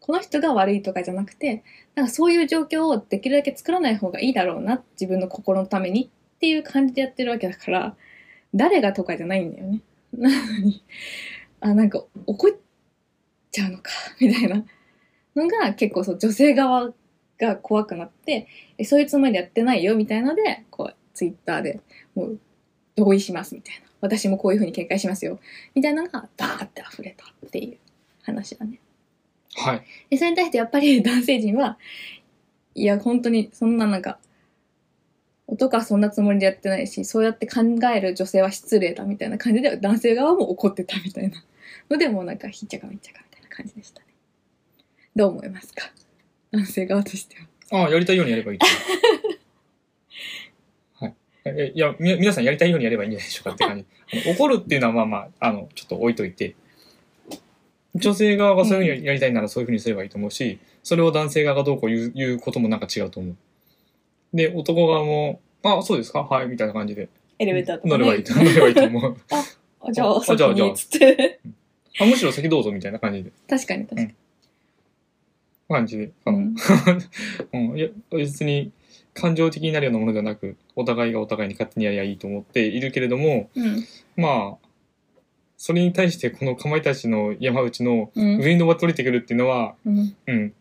Speaker 2: この人が悪いとかじゃなくて、なんかそういう状況をできるだけ作らない方がいいだろうな、自分の心のためにっていう感じでやってるわけだから、誰がとかじゃないんだよね。 なのに、あ、なんか怒っちゃうのか、みたいなのが結構そう女性側が怖くなって、えそういうつもりでやってないよ、みたいので、こう、ツイッターでもう同意します、みたいな。私もこういうふうに警戒しますよ、みたいなのがバーって溢れたっていう話だね。
Speaker 1: はい。
Speaker 2: で、それに対してやっぱり男性陣は、いや、本当にそんななんか、男はそんなつもりでやってないし、そうやって考える女性は失礼だみたいな感じで、男性側も怒ってたみたいな。ので、もうなんか、ひっちゃかめっちゃかみたいな感じでしたね。どう思いますか男性側としては。
Speaker 1: ああ、やりたいようにやればいい。 はい。えいや、み、皆さんやりたいようにやればいいんじゃないでしょうかって感じ。あの怒るっていうのはまあまあ、あの、ちょっと置いといて、女性側がそういうふうにやりたいならそういうふうにすればいいと思うし、それを男性側がどうこう言う言うこともなんか違うと思う。で、男側も、あ、そうですかはい、みたいな感じで。
Speaker 2: エ
Speaker 1: エ
Speaker 2: レベーターとか、ね。
Speaker 1: 乗ればいいと乗ればいいと思う。
Speaker 2: あじゃ
Speaker 1: あ
Speaker 2: あ、
Speaker 1: じゃあじゃあ
Speaker 2: つって。
Speaker 1: あむしろ先どうぞみたいな感じで。
Speaker 2: 確かに確かに。
Speaker 1: 感じで。
Speaker 2: う
Speaker 1: あの
Speaker 2: ん、
Speaker 1: うん、いや別に感情的になるようなものではなくお互いがお互いに勝手にやりゃいいと思っているけれども
Speaker 2: うん。
Speaker 1: まあそれに対してこのかまいたちの山内の
Speaker 2: うん。
Speaker 1: 上に登って降りてくるっていうのは、
Speaker 2: うん。
Speaker 1: うん、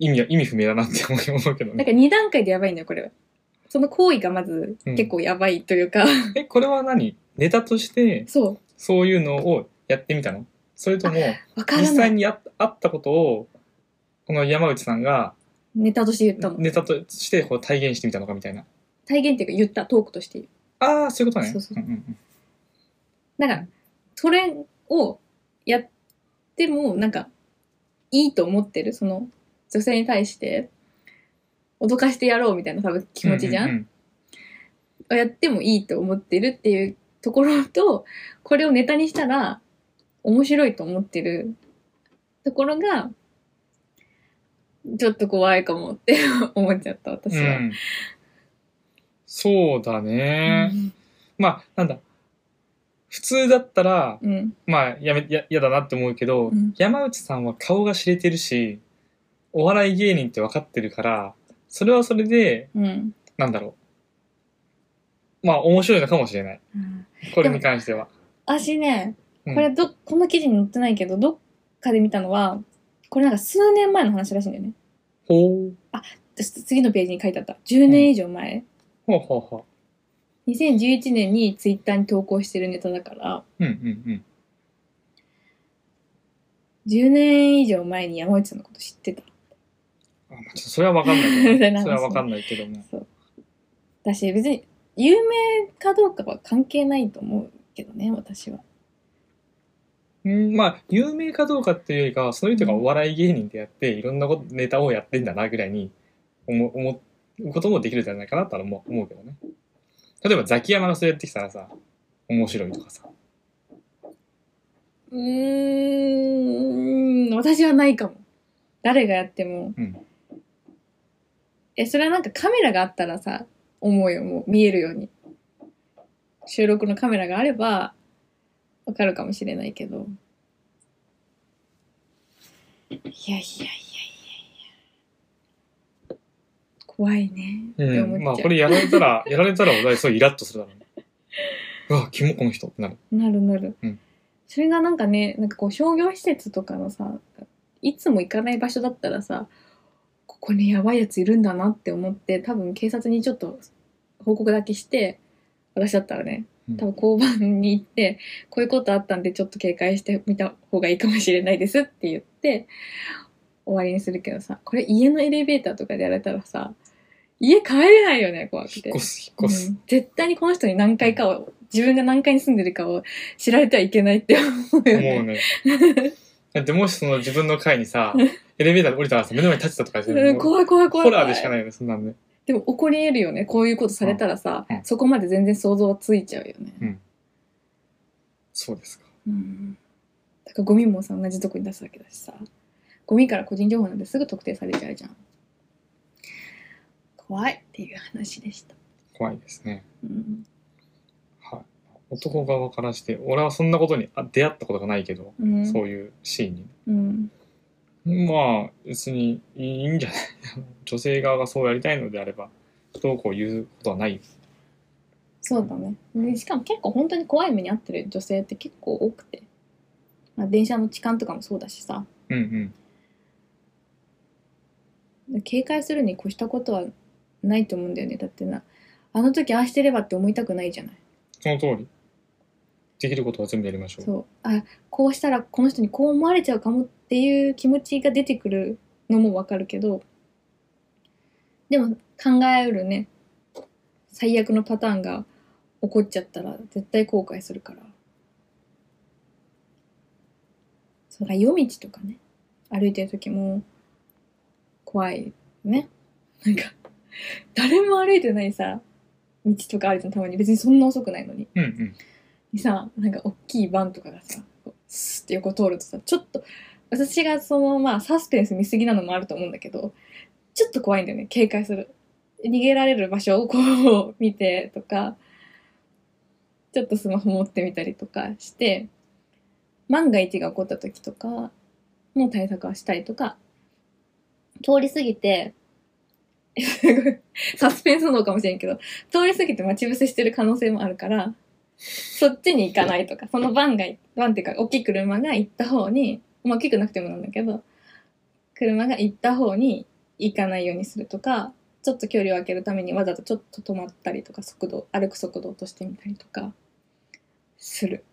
Speaker 1: 意味は意味不明だなって思う思うけど
Speaker 2: なん
Speaker 1: ね。
Speaker 2: か2段階でやばいんだよ、これは。その行為がまず
Speaker 1: うん
Speaker 2: 結構やばいというか、
Speaker 1: えこれは何ネタとして
Speaker 2: そう。
Speaker 1: そういうのをやってみたのそれとも
Speaker 2: わから
Speaker 1: 実
Speaker 2: な
Speaker 1: 際
Speaker 2: い。
Speaker 1: にやあったことをこの山内さんが
Speaker 2: ネタとして言ったの。
Speaker 1: ネタとしてこう体現してみたのかみたいな。
Speaker 2: 体現っていうか言ったトークとして言う。
Speaker 1: ああそういうことね。
Speaker 2: そうそうん
Speaker 1: んん
Speaker 2: だから、それをやっても、なんか、いいと思ってる、その、女性に対して、脅かしてやろうみたいな多分気持ちじゃん,、
Speaker 1: うう
Speaker 2: やってもいいと思ってるっていうところとこれをネタにしたら面白いと思ってるところがちょっと怖いかもって 思っちゃった私
Speaker 1: う
Speaker 2: は。
Speaker 1: んそうだね、まあなんだ普通だったら
Speaker 2: うんうん
Speaker 1: まあやめややだなって思うけど、
Speaker 2: うん
Speaker 1: 山内さんは顔が知れてるしお笑い芸人って分かってるからそれはそれで
Speaker 2: うん
Speaker 1: なんだろうまあ面白いのかもしれない
Speaker 2: うん
Speaker 1: これに関しては。
Speaker 2: 私ね
Speaker 1: うん
Speaker 2: これど、この記事に載ってないけどどっかで見たのはこれなんか数年前の話らしいんだよね。
Speaker 1: ほう
Speaker 2: 私次のページに書いてあった10年以上前、
Speaker 1: ほうほうほ
Speaker 2: 2011年にツイッターに投稿してるネタだから
Speaker 1: う。うんうん
Speaker 2: 10年以上前に山内さんのこと知ってた
Speaker 1: うん。あまあ、ちょっとそれは分かんないけど。
Speaker 2: なん
Speaker 1: そ
Speaker 2: かそう
Speaker 1: れは分かんないけども。
Speaker 2: そうだし別に有名かどうかは関係ないと思うけどね私は
Speaker 1: うん、まあ、有名かどうかっていうよりかは、そういう人がお笑い芸人でやって、いろんなことネタをやってんだな、ぐらいに思う、思うこともできるんじゃないかなとは思う思うけどね。例えば、ザキヤマがそうやってきたらさ、面白いとかさ。
Speaker 2: うーん私はないかも誰がやっても
Speaker 1: うん。
Speaker 2: えそれはなんかカメラがあったらさ思うよもう見えるように収録のカメラがあればわかるかもしれないけどいやいやいやいやいや怖いねって思っちゃう、
Speaker 1: うん。まあ、これやられた ら、やられたらお題、そうイラッとするだろうね。うわ、キモこの人ってなる。
Speaker 2: なるなる、
Speaker 1: うん
Speaker 2: それがなんかねなんかこう商業施設とかのさいつも行かない場所だったらさここにやばいやついるんだなって思って多分警察にちょっと報告だけして私だったらね
Speaker 1: うん
Speaker 2: 多分交番に行って、こういうことあったんでちょっと警戒してみた方がいいかもしれないですって言って終わりにするけどさこれ家のエレベーターとかでやられたらさ家帰れないよね怖くて
Speaker 1: 引っ越す、引っ越す。
Speaker 2: うん絶対にこの人に何回かを自分が何階に住んでるかを知られてはいけないって思うよ
Speaker 1: 思う
Speaker 2: ね。
Speaker 1: ね。だってもしその自分の階にさ、エレベーターで降りたらさ、目の前に立ってたとかして
Speaker 2: うん、怖い怖い怖い怖い。
Speaker 1: ホラーでしかないよね、そんなんね。
Speaker 2: でも起こり得るよね。こういうことされたらさ、
Speaker 1: うんうん
Speaker 2: そこまで全然想像はついちゃうよね。
Speaker 1: そうですか。
Speaker 2: うん。だからゴミもさ、同じとこに出すわけだしさ。ゴミから個人情報なんてすぐ特定されちゃうじゃん。怖いっていう話でした。
Speaker 1: 怖いですね。
Speaker 2: うん。
Speaker 1: はい。男側からして、俺はそんなことにあ出会ったことがないけど、
Speaker 2: うん。
Speaker 1: そういうシーン
Speaker 2: うん。
Speaker 1: に。まあ、別にいいんじゃない 女性側がそうやりたいのであれば、どうこう言うことはないよ。
Speaker 2: そうだねでしかも結構本当に怖い目に遭ってる女性って結構多くて、まあ、電車の痴漢とかもそうだしさ
Speaker 1: うんうん。
Speaker 2: 警戒するに越したことはないと思うんだよねだってなあの時ああしてればって思いたくないじゃない
Speaker 1: その通り。できることは全部やりましょう。
Speaker 2: そうあこうしたらこの人にこう思われちゃうかもっていう気持ちが出てくるのもわかるけどでも考えうるね最悪のパターンが起こっちゃったら絶対後悔するからそれ夜道とかね歩いてる時も怖いねなんか誰も歩いてないさ道とかあるじゃんたまに別にそんな遅くないのに
Speaker 1: うんうん。
Speaker 2: にさなんか大きいバンとかがさこうスッて横通るとさちょっと私がそのまあサスペンス見すぎなのもあると思うんだけどちょっと怖いんだよね警戒する逃げられる場所をこう見てとかちょっとスマホ持ってみたりとかして万が一が起こった時とかの対策はしたりとか通り過ぎて すごいサスペンスのかもしれんけど通り過ぎて待ち伏せしてる可能性もあるからそっちに行かないとか、そのバンが、バンっていうか、大きい車が行った方に、まあ、大きくなくてもなんだけど、車が行った方に行かないようにするとか、ちょっと距離を空けるためにわざとちょっと止まったりとか、速度、歩く速度を落としてみたりとか、する。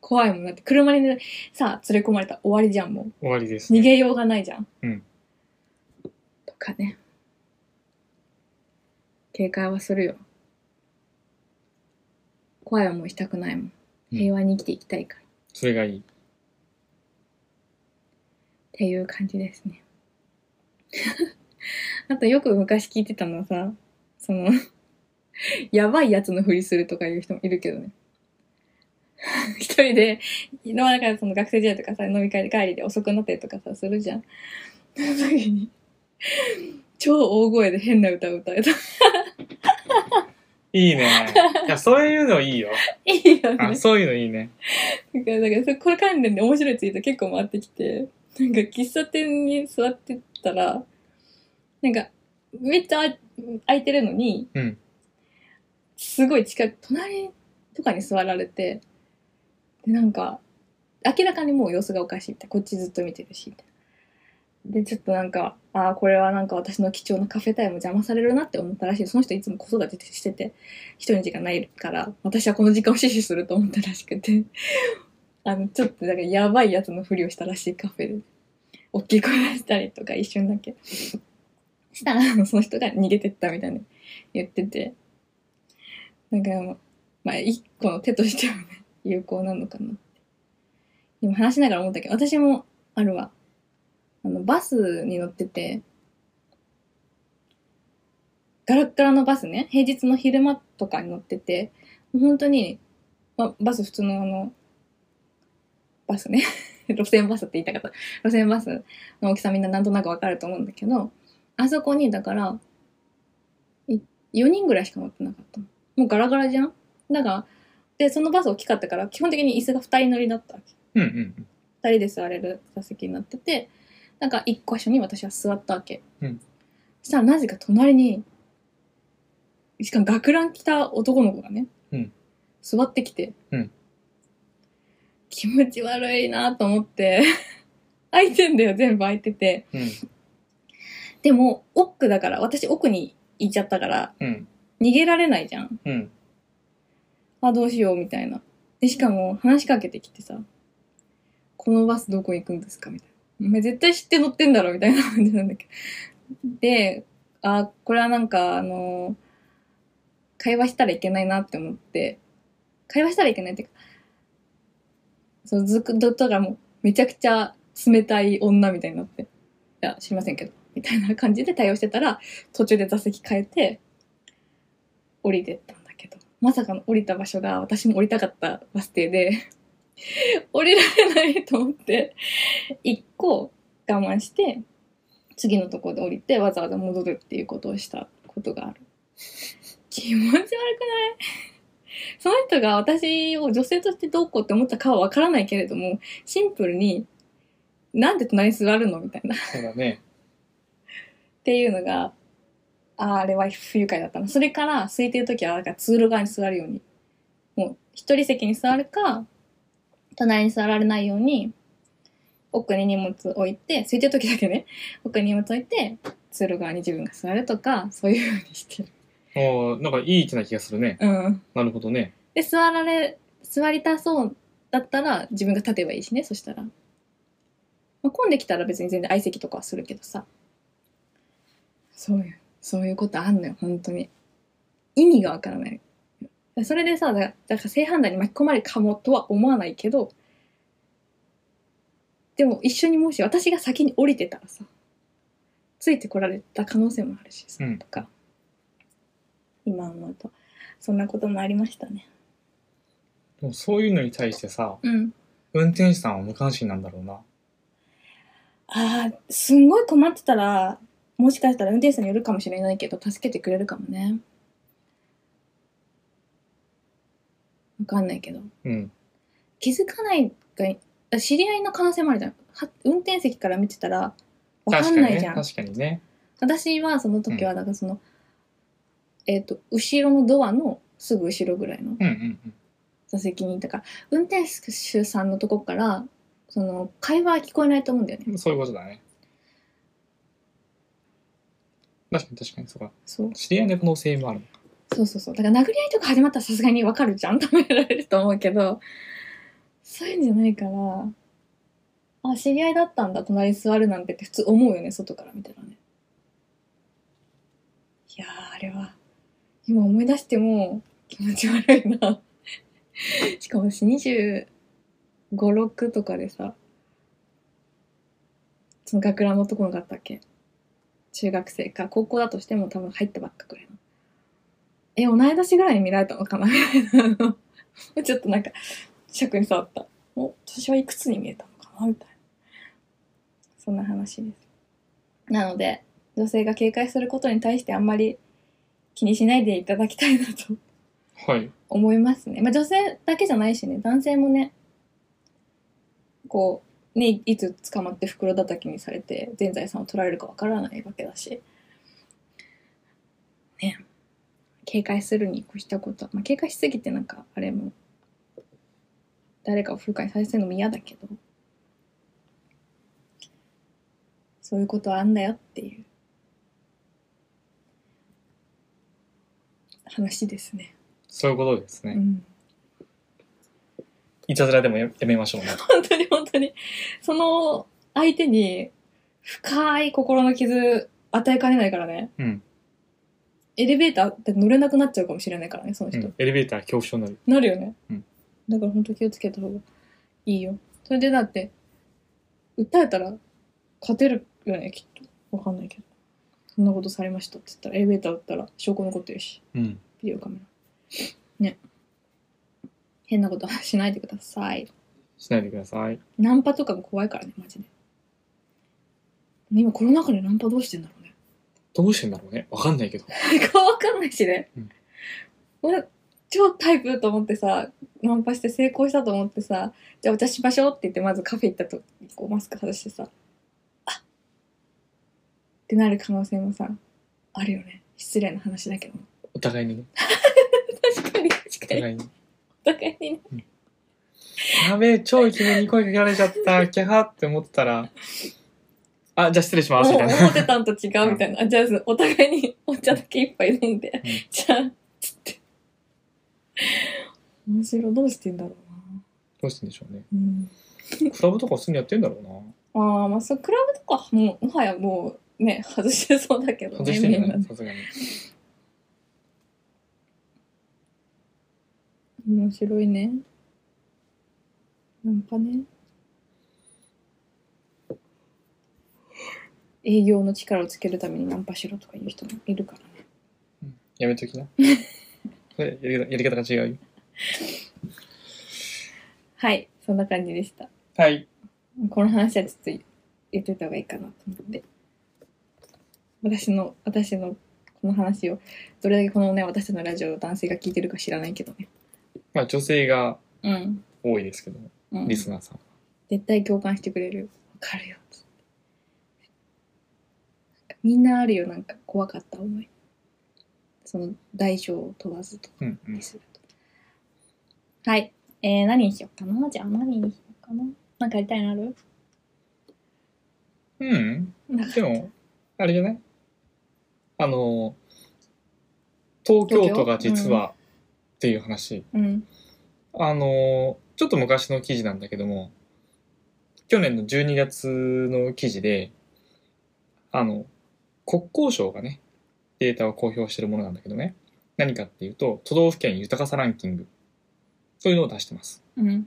Speaker 2: 怖いもんだって、車に、ね、さあ、連れ込まれたら終わりじゃん、もう。
Speaker 1: 終わりです、ね。
Speaker 2: 逃げようがないじゃん。
Speaker 1: うん
Speaker 2: とかね。警戒はするよ。怖い思いしたくないもん。
Speaker 1: うん
Speaker 2: 平和に生きていきたいから。っ
Speaker 1: それがいい。
Speaker 2: ていう感じですね。 あとよく昔聞いてたのはさ、その、 やばいやつのふりするとかいう人もいるけどね。 一人で、まあだからその学生時代とかさ、飲み会で帰りで遅くなったりとかさ、するじゃん。その時に、超大声で変な歌を歌えた。
Speaker 1: いい ね。いや、そういうのいいよ。
Speaker 2: いいよね。
Speaker 1: あ、そういうのいいね。
Speaker 2: だから、だからそれこれ関連で面白いツイート結構回ってきて、なんか喫茶店に座ってたら、なんか、めっちゃあ空いてるのに、
Speaker 1: うん
Speaker 2: すごい近く、隣とかに座られて、で、なんか、明らかにもう様子がおかしいみたいな。こっちずっと見てるし、みたいな。で、ちょっとなんか、ああ、これはなんか私の貴重なカフェタイム邪魔されるなって思ったらしい。その人いつも子育てしてて、一人の時間ないから、私はこの時間を死守すると思ったらしくて。 あの、ちょっと、だから、やばいやつのふりをしたらしいカフェで。大きい声出したりとか、一瞬だけ。したら、あのその人が逃げてったみたいな言ってて。なんか、まあ、一個の手としてはね、有効なのかなって。今話しながら思ったけど、私もあるわ。あの、バスに乗ってて、ガラッガラのバスね、平日の昼間とかに乗ってて、もう本当に、まあ、バス普通のあの、バスね。 路線バスって言いたかった。路線バスの大きさみんななんとなくわかると思うんだけど、あそこに、だから、い4人ぐらいしか乗ってなかったの。もうガラガラじゃんだから、で、そのバス大きかったから、基本的に椅子が2人乗りだったわけ。
Speaker 1: うんうん。
Speaker 2: 2人で座れる座席になっててなんか1箇所に私は座ったわけ、
Speaker 1: うん
Speaker 2: そしたらなぜか隣にしかも学ラン着た男の子がね、
Speaker 1: うん
Speaker 2: 座ってきて、
Speaker 1: うん
Speaker 2: 気持ち悪いなと思って 空いてんだよ全部空いてて
Speaker 1: うん
Speaker 2: でも奥だから私奥に行っちゃったから
Speaker 1: うん
Speaker 2: 逃げられないじゃん
Speaker 1: うん。
Speaker 2: あ、どうしよう、みたいな。で、しかも話しかけてきてさ、このバスどこ行くんですかみたいな。お前絶対知って乗ってんだろみたいな 感じなんだけど。で、あ、これはなんか、あの会話したらいけないなって思って、会話したらいけないっていうか、そう、ずっと、だからもう、めちゃくちゃ冷たい女みたいになって、いや、知りませんけど、みたいな感じで対応してたら、途中で座席変えて、降りてったんだけど、まさかの降りた場所が私も降りたかったバス停で、降りられないと思って、一個我慢して、次のところで降りてわざわざ戻るっていうことをしたことがある。気持ち悪くないその人が私を女性としてどうこうって思ったかはわからないけれども、シンプルに、なんで隣に座るのみたいな。
Speaker 1: そうだね。
Speaker 2: っていうのが、あーあれは不愉快だったな。それから、空いてる時は、なんか通路側に座るように。もう、一人席に座るか、隣に座られないように、奥に荷物置いて、空いてる時だけね、奥に荷物置いて、通路側に自分が座るとか、そういうふうにしてる。
Speaker 1: おーなんかいい気な気がするね。
Speaker 2: うん。
Speaker 1: なるほどね。
Speaker 2: で、座られ、座りたそうだったら、自分が立てばいいしね、そしたら。まあ、混んできたら別に全然相席とかはするけどさ。そういう、そういうことあんのよ、本当に。意味がわからない。それでさ、だだから正判断に巻き込まれるかもとは思わないけど、でも一緒にもし私が先に降りてたらさ、ついてこられた可能性もあるしさ、
Speaker 1: うん
Speaker 2: とか、今思うと、そんなこともありましたね。
Speaker 1: でもそういうのに対してさ、
Speaker 2: うん。
Speaker 1: 運転手さんは無関心なんだろうな。
Speaker 2: ああ、すんごい困ってたら、もしかしたら運転手さんによるかもしれないけど、助けてくれるかもね。わかんないけど。
Speaker 1: うん。
Speaker 2: 気づかないがい、あ知り合いの可能性もあるじゃん。は運転席から見てたら、わか
Speaker 1: 確
Speaker 2: ん
Speaker 1: か
Speaker 2: な
Speaker 1: に
Speaker 2: いじゃ
Speaker 1: ね。
Speaker 2: ん。
Speaker 1: 確かにね。
Speaker 2: 私はその時は、だからその、えっ、と、後ろのドアのすぐ後ろぐらいの
Speaker 1: うんうんうん。
Speaker 2: 座席にいたから、運転手さんのとこから、その、会話は聞こえないと思うんだよね。
Speaker 1: そういうことだね。確かに確かに、そうか。
Speaker 2: そう。
Speaker 1: 知り合いの可能性もある。
Speaker 2: そうそうそう。だから殴り合いとか始まったらさすがにわかるじゃん止められると思うけど、そういうんじゃないから、あ、知り合いだったんだ、隣に座るなんてって普通思うよね、外から見たらね。いやー、あれは、今思い出しても気持ち悪いな。 しかも私25、6とかでさ、その学ランのところがあったっけ中学生か高校だとしても多分入ったばっかくらいのえ同い年ぐらいに見られたのかなみたいなの ちょっとなんか尺に触ったお年はいくつに見えたのかなみたいなそんな話ですなので女性が警戒することに対してあんまり気にしないでいただきたいなと
Speaker 3: はい。
Speaker 2: 思いますね。まあ、女性だけじゃないしね、男性もね、こう、ね、いつ捕まって袋叩きにされて、全財産を取られるかわからないわけだし。ね。警戒するに越したことは、まあ、警戒しすぎてなんか、あれも、誰かを不快にさせるのも嫌だけど、そういうことはあんだよっていう話ですね。
Speaker 1: そういうことです
Speaker 2: う
Speaker 1: ね。
Speaker 2: ん
Speaker 1: いたずらでもややめましょうね。
Speaker 2: 本当に本当に。その相手に深い心の傷与えかねないからね。
Speaker 1: うん。
Speaker 2: エレベーターって乗れなくなっちゃうかもしれないからね、その
Speaker 1: う
Speaker 2: 人。
Speaker 1: ん、エレベーター恐怖症になる。
Speaker 2: なるよね。
Speaker 1: うん
Speaker 2: だから本当気をつけた方がいいよ。それでだって、訴えたら勝てるよね、きっと。わかんないけど。そんなことされましたって言ったら、エレベーター打ったら証拠残ってるし、
Speaker 1: うん。
Speaker 2: ビデオカメラ。ね。変なことはしないでください。
Speaker 1: しないでください。
Speaker 2: ナンパとかも怖いからね、マジで。今、コロナ禍でナンパどうしてんだろうね。
Speaker 1: どうしてんだろうね。わかんないけど。
Speaker 2: わかんないしね
Speaker 1: うん。
Speaker 2: 俺、超タイプと思ってさ、ナンパして成功したと思ってさ、じゃあお茶しましょうって言って、まずカフェ行った時にこうマスク外してさ、あっってなる可能性もさ、あるよね。失礼な話だけど。
Speaker 1: お互いにね。
Speaker 2: 確かに、確
Speaker 1: お
Speaker 2: かに。
Speaker 1: 互いに。
Speaker 2: お互いにね。
Speaker 1: やべえ、超イケメンに声かけられちゃ った。キャハって思ってたら、あ、じゃあ失礼します。み
Speaker 2: もう
Speaker 1: たいな。
Speaker 2: 思ってたんと違うみたいな。じゃあ、お互いに お茶だけ一杯飲んで、
Speaker 1: うん
Speaker 2: じゃあ、つって。面白い。どうしてんだろうな。
Speaker 1: どうしてんでしょうね。
Speaker 2: うん、
Speaker 1: クラブとか普通にやってんだろう
Speaker 2: ああ、まあ、そう、クラブとかはもう、もはやもう、ね、外してそうだけ
Speaker 1: な。
Speaker 2: ど
Speaker 1: 外
Speaker 2: ね、
Speaker 1: してん
Speaker 2: みんな
Speaker 1: のね、さすがに。
Speaker 2: 面白いね。なんかね。営業の力をつけるためにナンパしろとか言う人もいるからね。
Speaker 1: やめと きな。それやり方やり方が違うよ。
Speaker 2: はい、そんな感じでした。
Speaker 1: はい。
Speaker 2: この話はちょっと言ってた方がいいかなと思って私の私のこの話をどれだけこのね私たちのラジオを男性が聞いてるか知らないけどね
Speaker 1: まあ女性が
Speaker 2: うん、
Speaker 1: 多いですけど、
Speaker 2: うん、
Speaker 1: リスナーさん。
Speaker 2: 絶対共感してくれるわかるよつってなんかみんなあるよなんか怖かった思いその大小を問わずとか
Speaker 1: うんうん
Speaker 2: に。すると、はいえー、何にしようかなじゃあ何にしようかななんかやりたいのある
Speaker 1: うん。
Speaker 2: なんか
Speaker 1: でも、あれじゃないあの、東京都が実は、っていう話。
Speaker 2: うん
Speaker 1: あの、ちょっと昔の記事なんだけども、去年の12月の記事で、あの、国交省がね、データを公表してるものなんだけどね、何かっていうと、都道府県豊かさランキングというのを出してます。
Speaker 2: うん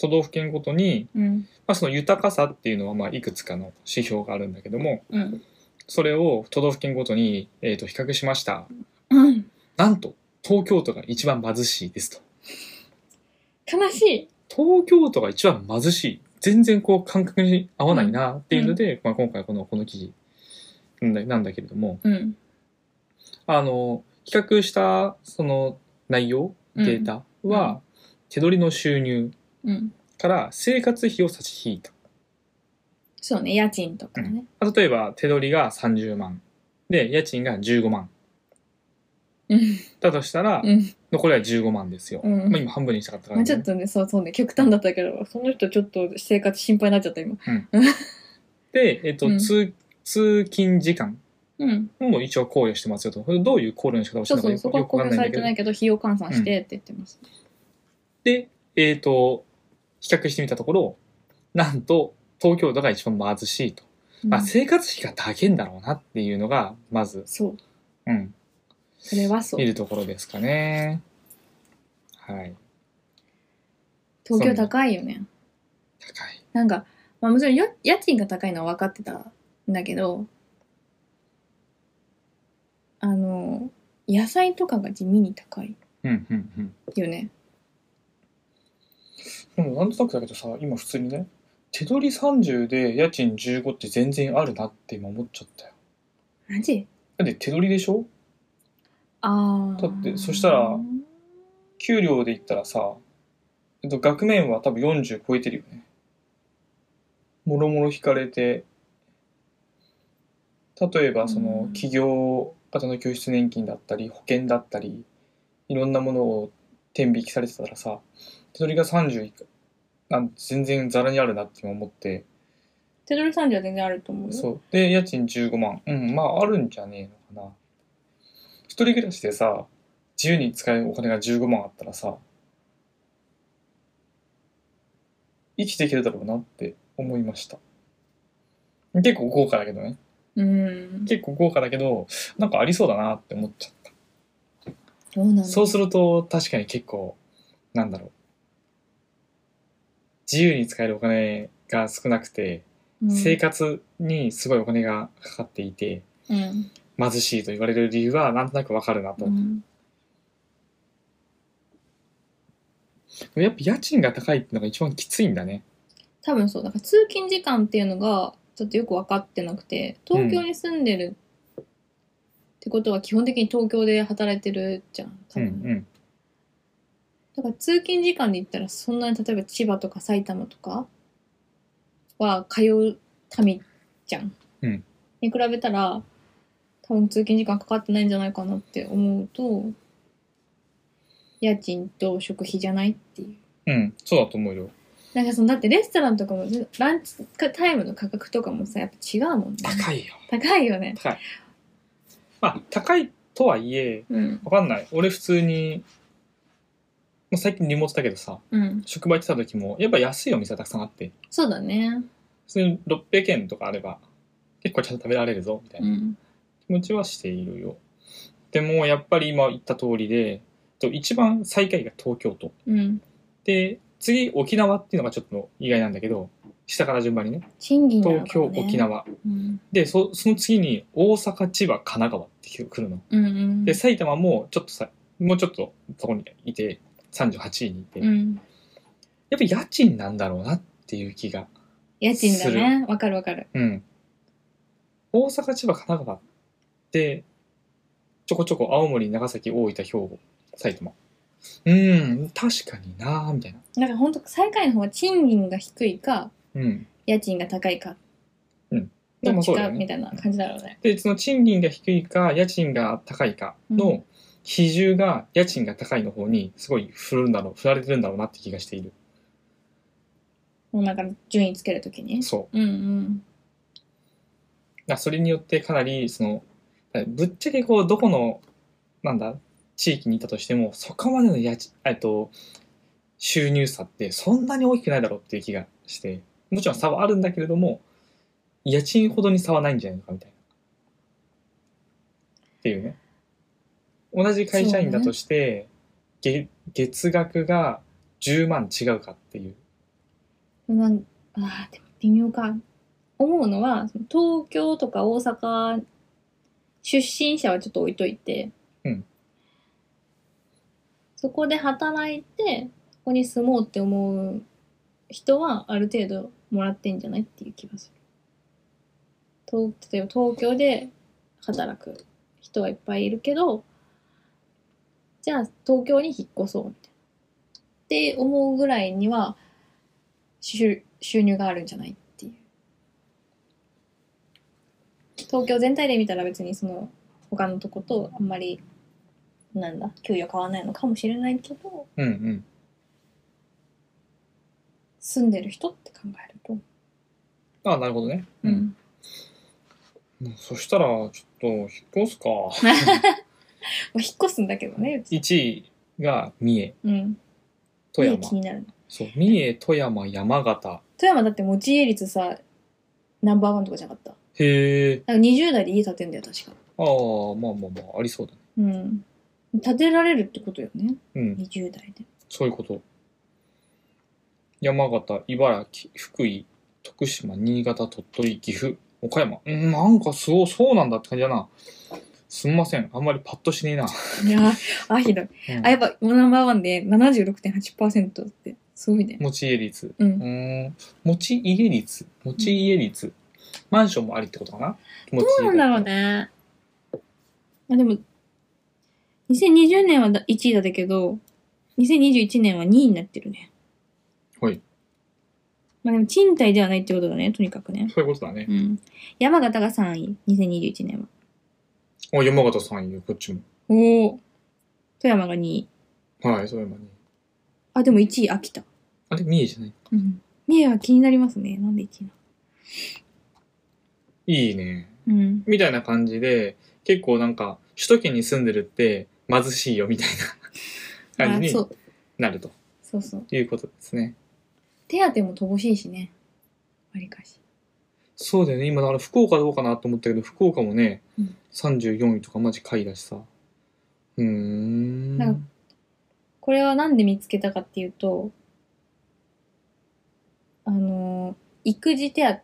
Speaker 1: 都道府県ごとに、
Speaker 2: うん
Speaker 1: まあ、その豊かさっていうのは、まあ、いくつかの指標があるんだけども、
Speaker 2: うん
Speaker 1: それを都道府県ごとに、えー、と比較しました。
Speaker 2: うん
Speaker 1: なんと、東京都が一番貧しいですと。
Speaker 2: 悲しい。
Speaker 1: 東京都が一番貧しい。全然こう感覚に合わないなっていうので、まあ、今回このこの記事なんだなんだけれども、
Speaker 2: うん。
Speaker 1: あの、比較したその内容、データは、
Speaker 2: うん
Speaker 1: 手取りの収入
Speaker 2: うん。
Speaker 1: から生活費を差し引いた。
Speaker 2: そうね、家賃とかね。
Speaker 1: 例えば手取りが30万。で、家賃が15万。
Speaker 2: うん。
Speaker 1: だとしたら、
Speaker 2: うん。
Speaker 1: 残りは15万ですよ。
Speaker 2: うん
Speaker 1: まあ今半分にしたかったか
Speaker 2: ま
Speaker 1: ら、
Speaker 2: あ
Speaker 1: ね
Speaker 2: ちょっとね、そうそうね、極端だったけど、その人ちょっと生活心配になっちゃった今。
Speaker 1: で、えっと、
Speaker 2: うん
Speaker 1: 通、通勤時間
Speaker 2: うん。
Speaker 1: も一応考慮してますよと。どういう考慮の仕方をして
Speaker 2: そ
Speaker 1: る
Speaker 2: う
Speaker 1: の
Speaker 2: そ
Speaker 1: か
Speaker 2: う、
Speaker 1: よく
Speaker 2: そ
Speaker 1: よ
Speaker 2: こは
Speaker 1: くわかん
Speaker 2: 公表
Speaker 1: な
Speaker 2: さ
Speaker 1: いんだ
Speaker 2: れて
Speaker 1: けど
Speaker 2: ない。けど、費用換算してって言ってます。
Speaker 1: で、えっ、と、比較してみたところ、なんと、東京都が一番貧しいと。
Speaker 2: うん
Speaker 1: まあ、生活費が高いんだろうなっていうのが、まず、
Speaker 2: そう。
Speaker 1: うん、
Speaker 2: それはそう
Speaker 1: 見。るところですかね。はい。
Speaker 2: 東京高いよね。
Speaker 1: 高い。
Speaker 2: なんか、まあもちろんよ家賃が高いのは分かってたんだけど、野菜とかが地味に高い
Speaker 1: うんうんうん
Speaker 2: よね
Speaker 1: でもなんとなくだけどさ今普通にね手取り30で家賃15って全然あるなって今思っちゃったよ
Speaker 2: マジ
Speaker 1: だって手取りでしょ
Speaker 2: ああ
Speaker 1: だってそしたら給料で言ったらさ、えっと、額面は多分40超えてるよねもろもろ引かれて例えばそうの
Speaker 2: ん
Speaker 1: 企業型の拠出年金だったり保険だったりいろんなものを天引きされてたらさ手取りが30以下なんて全然ざらにあるなって今思って
Speaker 2: 手取り30は全然あると思うよ
Speaker 1: そうで家賃15万うんまああるんじゃねえのかな一人暮らしでさ自由に使えるお金が15万あったらさ生きていけるだろうなって思いました結構豪華だけどね
Speaker 2: うん
Speaker 1: 結構豪華だけどなんかありそうだなって思っちゃった
Speaker 2: どうなの
Speaker 1: そうすると確かに結構なんだろう自由に使えるお金が少なくて、
Speaker 2: うん
Speaker 1: 生活にすごいお金がかかっていて、
Speaker 2: うん
Speaker 1: 貧しいと言われる理由はなんとなくわかるなと、
Speaker 2: うん
Speaker 1: やっぱ家賃が高いってのが一番きついんだね
Speaker 2: 多分そうだから通勤時間っていうのがちょっとよく分かってなくて東京に住んでるってことは基本的に東京で働いてるじゃん多
Speaker 1: うん
Speaker 2: 分、
Speaker 1: うん
Speaker 2: だから通勤時間で言ったらそんなに例えば千葉とか埼玉とかは通う民じゃん、
Speaker 1: うん
Speaker 2: に比べたら多分通勤時間かかってないんじゃないかなって思うと家賃と食費じゃないっていう
Speaker 1: うんそうだと思うよ
Speaker 2: なんかそのだってレストランとかもランチタイムの価格とかもさやっぱ違うもんね
Speaker 1: 高いよ
Speaker 2: 高いよね
Speaker 1: 高いまあ高いとはいえ
Speaker 2: うん
Speaker 1: わかんない俺普通に、まあ、最近リモートだけどさ
Speaker 2: うん
Speaker 1: 職場行ってた時もやっぱ安いお店がたくさんあって
Speaker 2: そうだね
Speaker 1: 普通に600円とかあれば結構ちゃんと食べられるぞみたいうなん気持ちはしているよでもやっぱり今言った通りでと一番最下位が東京都
Speaker 2: うん
Speaker 1: で、次、沖縄っていうのがちょっと意外なんだけど、下から順番にね。
Speaker 2: 賃金なの
Speaker 1: 東
Speaker 2: か
Speaker 1: 京、
Speaker 2: もね
Speaker 1: 沖縄。
Speaker 2: うん
Speaker 1: で、そその次に大阪、千葉、神奈川って来るの。
Speaker 2: うんうん
Speaker 1: で、埼玉もちょっとさ、もうちょっとそこにいて、38位にいて。
Speaker 2: う
Speaker 1: やっ
Speaker 2: ん
Speaker 1: ぱり家賃なんだろうなっていう気が。
Speaker 2: 家賃だねわかるわかる
Speaker 1: うん。大阪、千葉、神奈川って、ちょこちょこ青森、長崎、大分、兵庫、埼玉。うーん、確かになーみたいな。
Speaker 2: なんか本当最下位の方は賃金が低いか
Speaker 1: うん。
Speaker 2: 家賃が高いか
Speaker 1: で
Speaker 2: どっ
Speaker 1: も
Speaker 2: ち
Speaker 1: そう
Speaker 2: か、
Speaker 1: だよね
Speaker 2: み。たいな感じだろうね。
Speaker 1: でその賃金が低いか家賃が高いか
Speaker 2: う
Speaker 1: の比重が家賃が高いの方にすごい振るんだろう振られてるんだろうなって気がしている
Speaker 2: もうなんか順位つけるときに。
Speaker 1: そう
Speaker 2: うんうん。
Speaker 1: だからそれによってかなりそのぶっちゃけこうどこのなんだ地域にいたとしてもそこまでの家賃えっと収入差ってそんなに大きくないだろうっていう気がしてもちろん差はあるんだけれども家賃ほどに差はないんじゃないのかみたいなっていうね同じ会社員だとして、げ月額が10万違うかっていう
Speaker 2: でもなんああ、でも微妙か。思うのは、その東京とか大阪出身者はちょっと置いといて、
Speaker 1: うん
Speaker 2: そこで働いて、ここに住もうって思う人はある程度もらってんじゃないっていう気がする。東例えば東京で働く人はいっぱいいるけど、じゃあ東京に引っ越そうみたいな。って思うぐらいには、収収入があるんじゃないっていう東京全体で見たら別にその他のとことあんまりなんだ給与変わらないのかもしれないけど
Speaker 1: うんうん
Speaker 2: 住んでる人って考えると
Speaker 1: あなるほどね
Speaker 2: うん、
Speaker 1: うんそしたらちょっと引っ越すか
Speaker 2: まあ、引っ越すんだけどねうち
Speaker 1: 1位が三重
Speaker 2: うん
Speaker 1: 富
Speaker 2: 家
Speaker 1: 山
Speaker 2: 気になる
Speaker 1: そう三重富山山形
Speaker 2: 富山だって持ち家率さナンバーワンとかじゃなかった
Speaker 1: へえ
Speaker 2: なんか20代で家建てんだよ確か
Speaker 1: ああまあまあまあありそうだね
Speaker 2: うん建てられるってことよね
Speaker 1: うん
Speaker 2: 20代で
Speaker 1: そういうこと山形茨城福井徳島新潟鳥取岐阜岡山うんなんかすごいそうなんだって感じだなすんません。あんまりパッとしねえな。
Speaker 2: いやあ、ひどい。
Speaker 1: うん
Speaker 2: あ、やっぱ、ナンバーワンで76.8%って、すごいね。
Speaker 1: 持ち家率。
Speaker 2: う。
Speaker 1: うんーん。持ち家率持ち家率。マンションもありってことかなど
Speaker 4: どうなんだろう。ね。まあでも、2020年は1位だったけど、2021年は2位になってるね。
Speaker 1: はい。
Speaker 4: まあでも賃貸ではないってことだね、とにかくね。
Speaker 1: そういうことだね
Speaker 4: う。ん。山形が3位、2021年は。
Speaker 1: お、山形さんよ、こっちも。
Speaker 4: おお。富山が2位。
Speaker 1: はい、そういうのね。
Speaker 4: あ、でも1位秋田。
Speaker 1: あれ、三重じゃない
Speaker 4: うん。三重は気になりますね。なんで1位ない
Speaker 1: いね。
Speaker 4: のうん。
Speaker 1: みたいな感じで、結構なんか、首都圏に住んでるって貧しいよみたいな 感じ
Speaker 4: あそ
Speaker 1: に
Speaker 4: う。
Speaker 1: なると
Speaker 4: そうそう。
Speaker 1: いうことですね。
Speaker 2: 手当も乏しいしね。わりかし。
Speaker 1: そうだよね。今、だから福岡どうかなと思ったけど、福岡もね、
Speaker 2: うん
Speaker 1: 34位とかマジ下位だしさ。うーん。
Speaker 4: なんか
Speaker 2: これはなんで見つけたかっていうと、あのー、育児手当だっ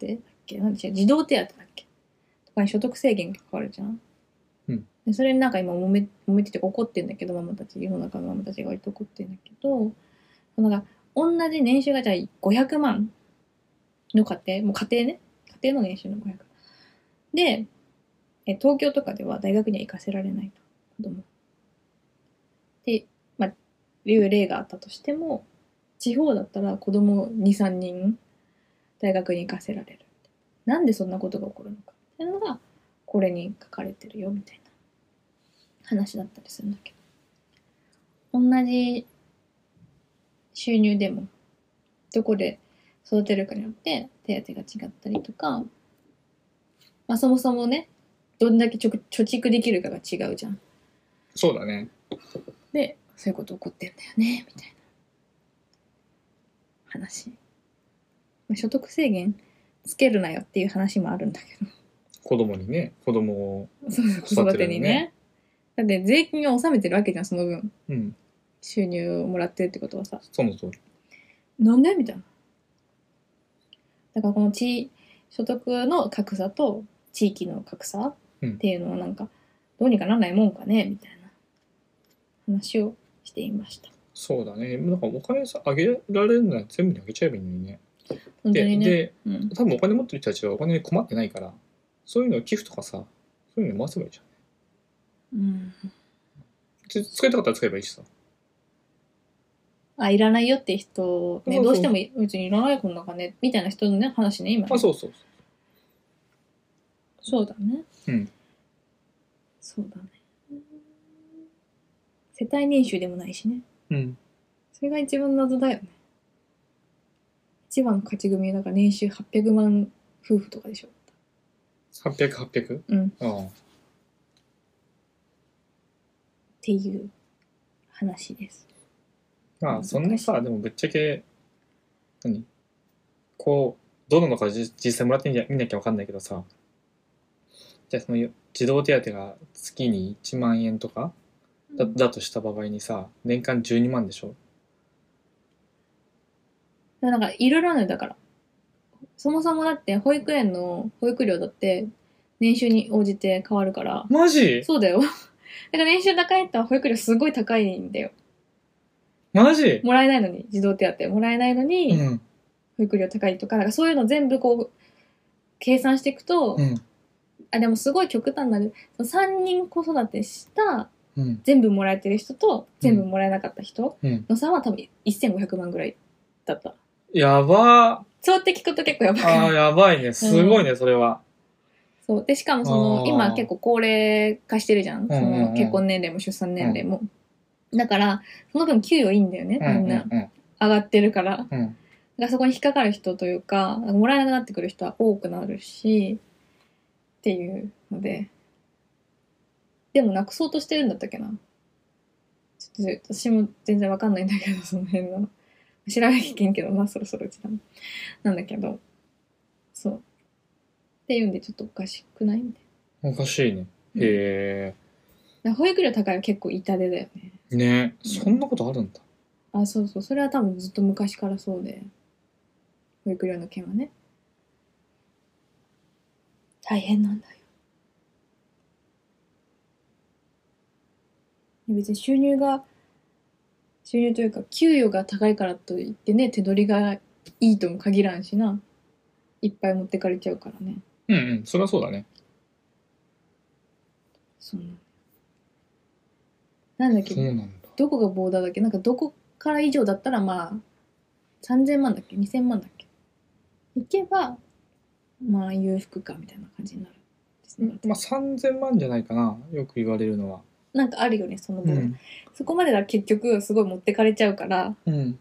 Speaker 2: けなんでしたっけ児童手当だっけとかに所得制限がかかるじゃん。
Speaker 1: うん
Speaker 2: でそれになんか今揉め、揉めてて怒ってんだけど、ママたち、世の中のママたちが割と怒ってんだけど、なんか、同じ年収がじゃあ500万の家庭、もう家庭ね。家庭の年収の500万。で、え東京とかでは大学には行かせられないと。子供。で、まあ、いう例があったとしても地方だったら子供23人大学に行かせられるなんでそんなことが起こるのかっていうのがこれに書かれてるよみたいな話だったりするんだけど同じ収入でもどこで育てるかによって手当が違ったりとか、まあ、そもそもねどんだけ貯貯蓄できるかが違うじゃん。
Speaker 1: そうだね。
Speaker 2: でそういうこと起こってんだよねみたいな話、まあ、所得制限つけるなよっていう話もあるんだけ
Speaker 1: 子供にね、子供を。
Speaker 2: ど そうそう子
Speaker 1: 育
Speaker 2: 育
Speaker 1: てる
Speaker 2: て
Speaker 1: のね
Speaker 2: にねだって税金を納めてるわけじゃんその分
Speaker 1: うん、
Speaker 2: 収入をもらってるってことはさ
Speaker 1: その通り。
Speaker 2: なんでみたいなだからこの地所得の格差と地域の格差っていうのはなんかどうにかならないもんかねみたいな話をしていました
Speaker 1: そうだね。なんかお金さ、あげられるなら全部にあげちゃえばいいのにね。
Speaker 2: 本当に
Speaker 1: で、
Speaker 2: ね
Speaker 1: で、
Speaker 2: うん、
Speaker 1: 多分お金持ってる人たちはお金に困ってないから、そういうのを寄付とかさ、そういうのに回せばいいじゃん。
Speaker 2: うん
Speaker 1: つ使いたかったら使えばいいしさ。
Speaker 2: あ、いらないよって人、ね、
Speaker 1: そうそう
Speaker 2: どうしてもい別にいらないこんな金、みたいな人のね、話ね、今ね、
Speaker 1: あ、そうそう
Speaker 2: そうだね。
Speaker 1: うん。
Speaker 2: そうだね。世帯年収でもないしね。
Speaker 1: そう。うん。
Speaker 2: それが一番謎だよね。一番の勝ち組、なんか年収800万夫婦とかでしょ。
Speaker 1: 800、800?
Speaker 2: うん。っ
Speaker 1: ああ。
Speaker 2: ていう話です。
Speaker 1: まあ、そんなさ、でもぶっちゃけ、何こう、どうなのかじ実際もらってみな見なきゃわかんないけどさ、じゃあそのよ児童手当が月に1万円とかだだとした場合にさ、年間12万でしょ
Speaker 2: だからなんかいろいろあるのよだからそもそもだって保育園の保育料だって年収に応じて変わるから
Speaker 1: マジ
Speaker 2: そうだよ だから年収高いと保育料すごい高いんだよ
Speaker 1: マジ
Speaker 2: もらえないのに児童手当もらえないの
Speaker 1: う
Speaker 2: に
Speaker 1: ん。
Speaker 2: 保育料高いとかなんかそういうの全部こう計算していくと、
Speaker 1: うん。
Speaker 2: あでもすごい極端なね3人子育てした
Speaker 1: うん。
Speaker 2: 全部もらえてる人と全部もらえなかった人
Speaker 1: うん。
Speaker 2: の差は多分1500万ぐらいだった
Speaker 1: やばー。
Speaker 2: そうって聞くと結構やばくない
Speaker 1: ああ、やばいね。すごいね、それは。
Speaker 2: そう。で、しかもそ
Speaker 1: あ
Speaker 2: の、
Speaker 1: ー
Speaker 2: 今結構高齢化してるじゃん。そ
Speaker 1: うんうんう
Speaker 2: の
Speaker 1: ん
Speaker 2: 結婚年齢も出産年齢も。だから、その分給与いいんだよね、
Speaker 1: うん
Speaker 2: みんな。上がってるから。だか
Speaker 1: うんうん。
Speaker 2: らそこに引っかかる人というか、もらえなくなってくる人は多くなるし、っていうので。でもなくそうとしてるんだったっけな。ちょっと私も全然わかんないんだけど、 その辺の。調べきけんけどな、そろそろうちらも。なんだけど。そう。っていうんで、ちょっとおかしくないみたいな。
Speaker 1: うん。おかしいね。へ
Speaker 2: だから保育料高いは結構痛手だよね。
Speaker 1: え。ねそんなことあるんだ。
Speaker 2: あ、そうそう。それは多分ずっと昔からそうで。保育料の件はね。大変なんだよ。別に収入が、収入というか、給与が高いからといってね、手取りがいいとも限らんしな。いっぱい持ってかれちゃうからね。
Speaker 1: うんうん、そりゃそうだね。
Speaker 2: そんな。なんだっけ、
Speaker 1: そうなんだ。
Speaker 2: どこがボーダーだっけなんかどこから以上だったらまあ3000万だっけ2000万だっけ行けばまあ裕福かみたいな感じになるんですね、
Speaker 1: まあ3000万じゃないかな、よく言われるのは。
Speaker 2: なんかあるよねそのボ
Speaker 1: う
Speaker 2: ーダー、
Speaker 1: ん。
Speaker 2: そこまでは結局すごい持ってかれちゃうから
Speaker 1: うん。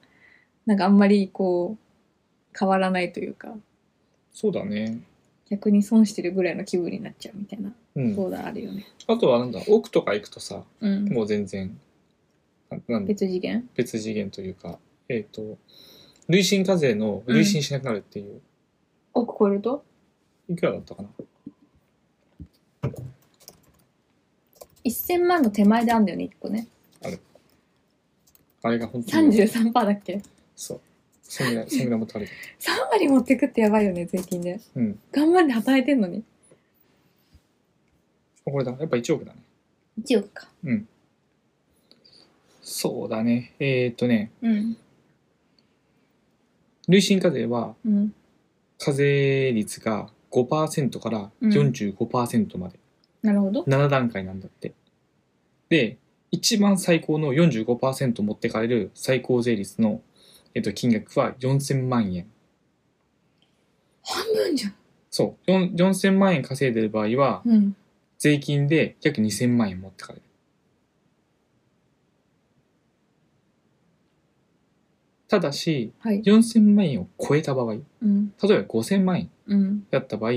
Speaker 2: なんかあんまりこう変わらないというか
Speaker 1: そうだね。
Speaker 2: 逆に損してるぐらいの気分になっちゃうみたいな
Speaker 1: うん。
Speaker 2: ボーダーあるよね
Speaker 1: あとはなんだ、奥とか行くとさ、
Speaker 2: うん、
Speaker 1: もう全然、なんなん
Speaker 2: 別次元
Speaker 1: 別次元というか、えっ、と、累進課税の累進しなくなるっていう、
Speaker 2: 億超えると
Speaker 1: いくらだったかな。
Speaker 2: 1000万の手前であんだよね1個ね
Speaker 1: あれが本当に。
Speaker 2: 33%だっけ
Speaker 1: そう。そんぐらい、そんぐらいもたれて。
Speaker 2: 3割持ってくってやばいよね税金で
Speaker 1: うん。
Speaker 2: 頑張って働いてんのに
Speaker 1: これだ、やっぱ1億だね。
Speaker 2: 1億か
Speaker 1: うん。そうだね。えっ、とね、
Speaker 2: うん
Speaker 1: 累進課税は、
Speaker 2: うん
Speaker 1: 課税率が5%から45%まで、
Speaker 2: なるほど
Speaker 1: 7段階なんだってで一番最高の45%持ってかれる最高税率の、えっと、金額は4000万円
Speaker 2: 半分じゃん
Speaker 1: そうよん4000万円稼いでる場合は
Speaker 2: うん
Speaker 1: 税金で約2000万円持ってかれるただし
Speaker 2: はい
Speaker 1: 4000万円を超えた場合例え
Speaker 2: うん
Speaker 1: ば5000万円
Speaker 2: うん
Speaker 1: だった場合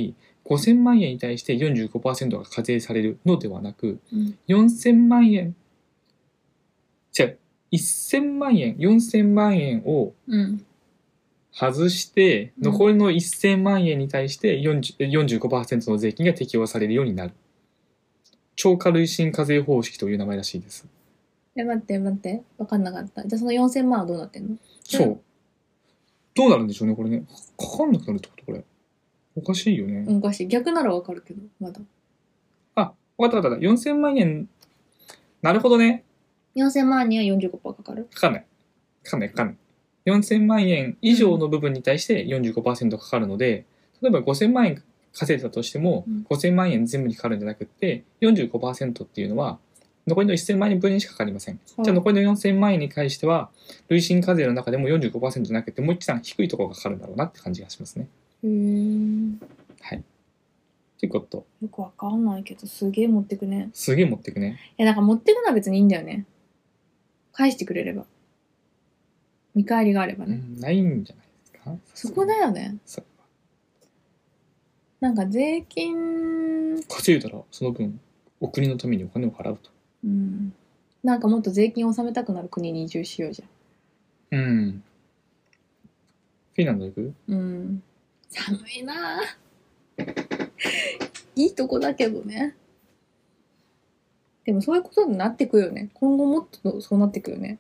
Speaker 1: 5000万円に対して45%が課税されるのではなく
Speaker 2: うん
Speaker 1: 4000万円じゃ1000万円4000万円を
Speaker 2: うん
Speaker 1: 外して
Speaker 2: うん
Speaker 1: 残りの1000万円に対して40 45%の税金が適用されるようになる超過累進課税方式という名前らしいです
Speaker 2: え待って待って分かんなかったじゃあその4000万はどうなってんの
Speaker 1: そうどうなるんでしょうねこれねかかんなくなるってことこれおかしいよね、
Speaker 2: うんおかしい逆なら分かるけどまだ
Speaker 1: あわかったわかった4000万円なるほどね
Speaker 2: 4000万には45%かかる
Speaker 1: かかんない。かかんない、かかんない。4000万円以上の部分に対して45%かかるので、例えば5000万円稼いだとしても、
Speaker 2: うん
Speaker 1: 5000万円全部にかかるんじゃなくって、45%っていうのは、残りの1000万円分にしかかかりません。じゃあ残りの4000万円に関しては、累進課税の中でも45%じゃなくて、もう一段低いところがかかるんだろうなって感じがしますね。
Speaker 4: うーん。
Speaker 1: ということ。
Speaker 4: よくわかんないけど、すげえ持ってくね。
Speaker 1: すげえ持ってくね。
Speaker 2: いやなんか持ってくのは別にいいんだよね返してくれれば見返りがあれば
Speaker 1: う
Speaker 2: ね、
Speaker 1: ん、ないんじゃないですか。
Speaker 2: そこだよね
Speaker 1: そう
Speaker 2: なんか税金
Speaker 1: 稼いだら、その分、お国のためにお金を払うと。
Speaker 2: うんなんかもっと税金を納めたくなる国に移住しようじゃん
Speaker 1: うん。フィンランド行く
Speaker 2: うん。寒いなぁ。 いいとこだけどね。でもそういうことになってくよね。今後もっとそうなってくよね。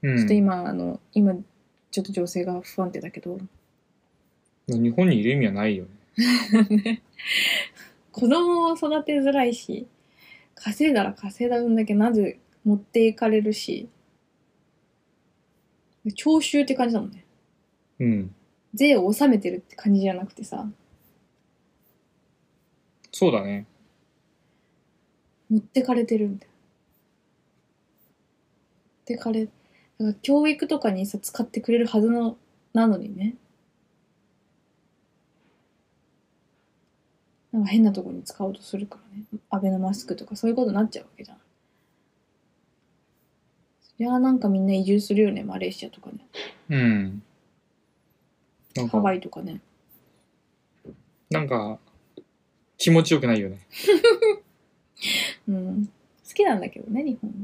Speaker 1: うん
Speaker 2: ちょっと今、あの、今、ちょっと情勢が不安定だけど。
Speaker 1: 日本にいる意味はないよね。
Speaker 2: 子供を育てづらいし、稼いだら稼いだ分だけなぜ持っていかれるし、徴収って感じだもんね。
Speaker 1: うん。
Speaker 2: 税を納めてるって感じじゃなくてさ、
Speaker 1: そうだね。
Speaker 2: 持ってかれてるみたいな。持ってかれ、だから教育とかにさ、使ってくれるはずの、なのにね。なんか変なとこに使おうとするからね。アベノマスクとかそういうことになっちゃうわけじゃん。そりゃあなんかみんな移住するよね、マレーシアとかね。
Speaker 1: うん。なん
Speaker 2: ハ
Speaker 1: か
Speaker 2: ワ、イとかね。
Speaker 1: なんか、気持ちよくないよね。
Speaker 2: うん。好きなんだけどね、日本は。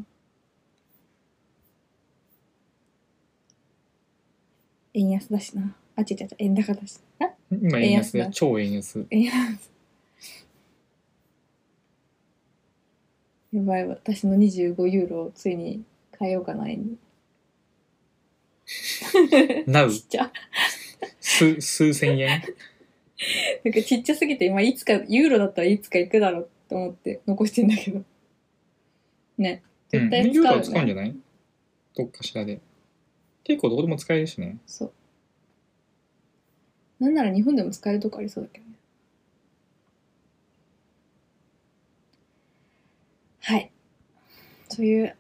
Speaker 2: 円安だしな。あ、違う違う違う、円高だし。あ
Speaker 1: 今円安
Speaker 2: 円安
Speaker 1: で
Speaker 2: だ、
Speaker 1: 超円安。
Speaker 2: 円安。やばい、私の25ユーロをついに変えようかな、円に。
Speaker 1: なう、
Speaker 2: ちっちゃ。
Speaker 1: 数、数千円。
Speaker 2: なんかちっちゃすぎて、今いつか、ユーロだったらいつか行くだろうと思って残してんだけど。ね。 絶
Speaker 1: う
Speaker 2: 対
Speaker 1: ん
Speaker 2: 使うよ
Speaker 1: ヨ
Speaker 2: ね
Speaker 1: ガ使うんじゃないどっかしらで。結構どこでも使えるしね。
Speaker 2: そうなんなら日本でも使えるとこありそうだけどねはいそういう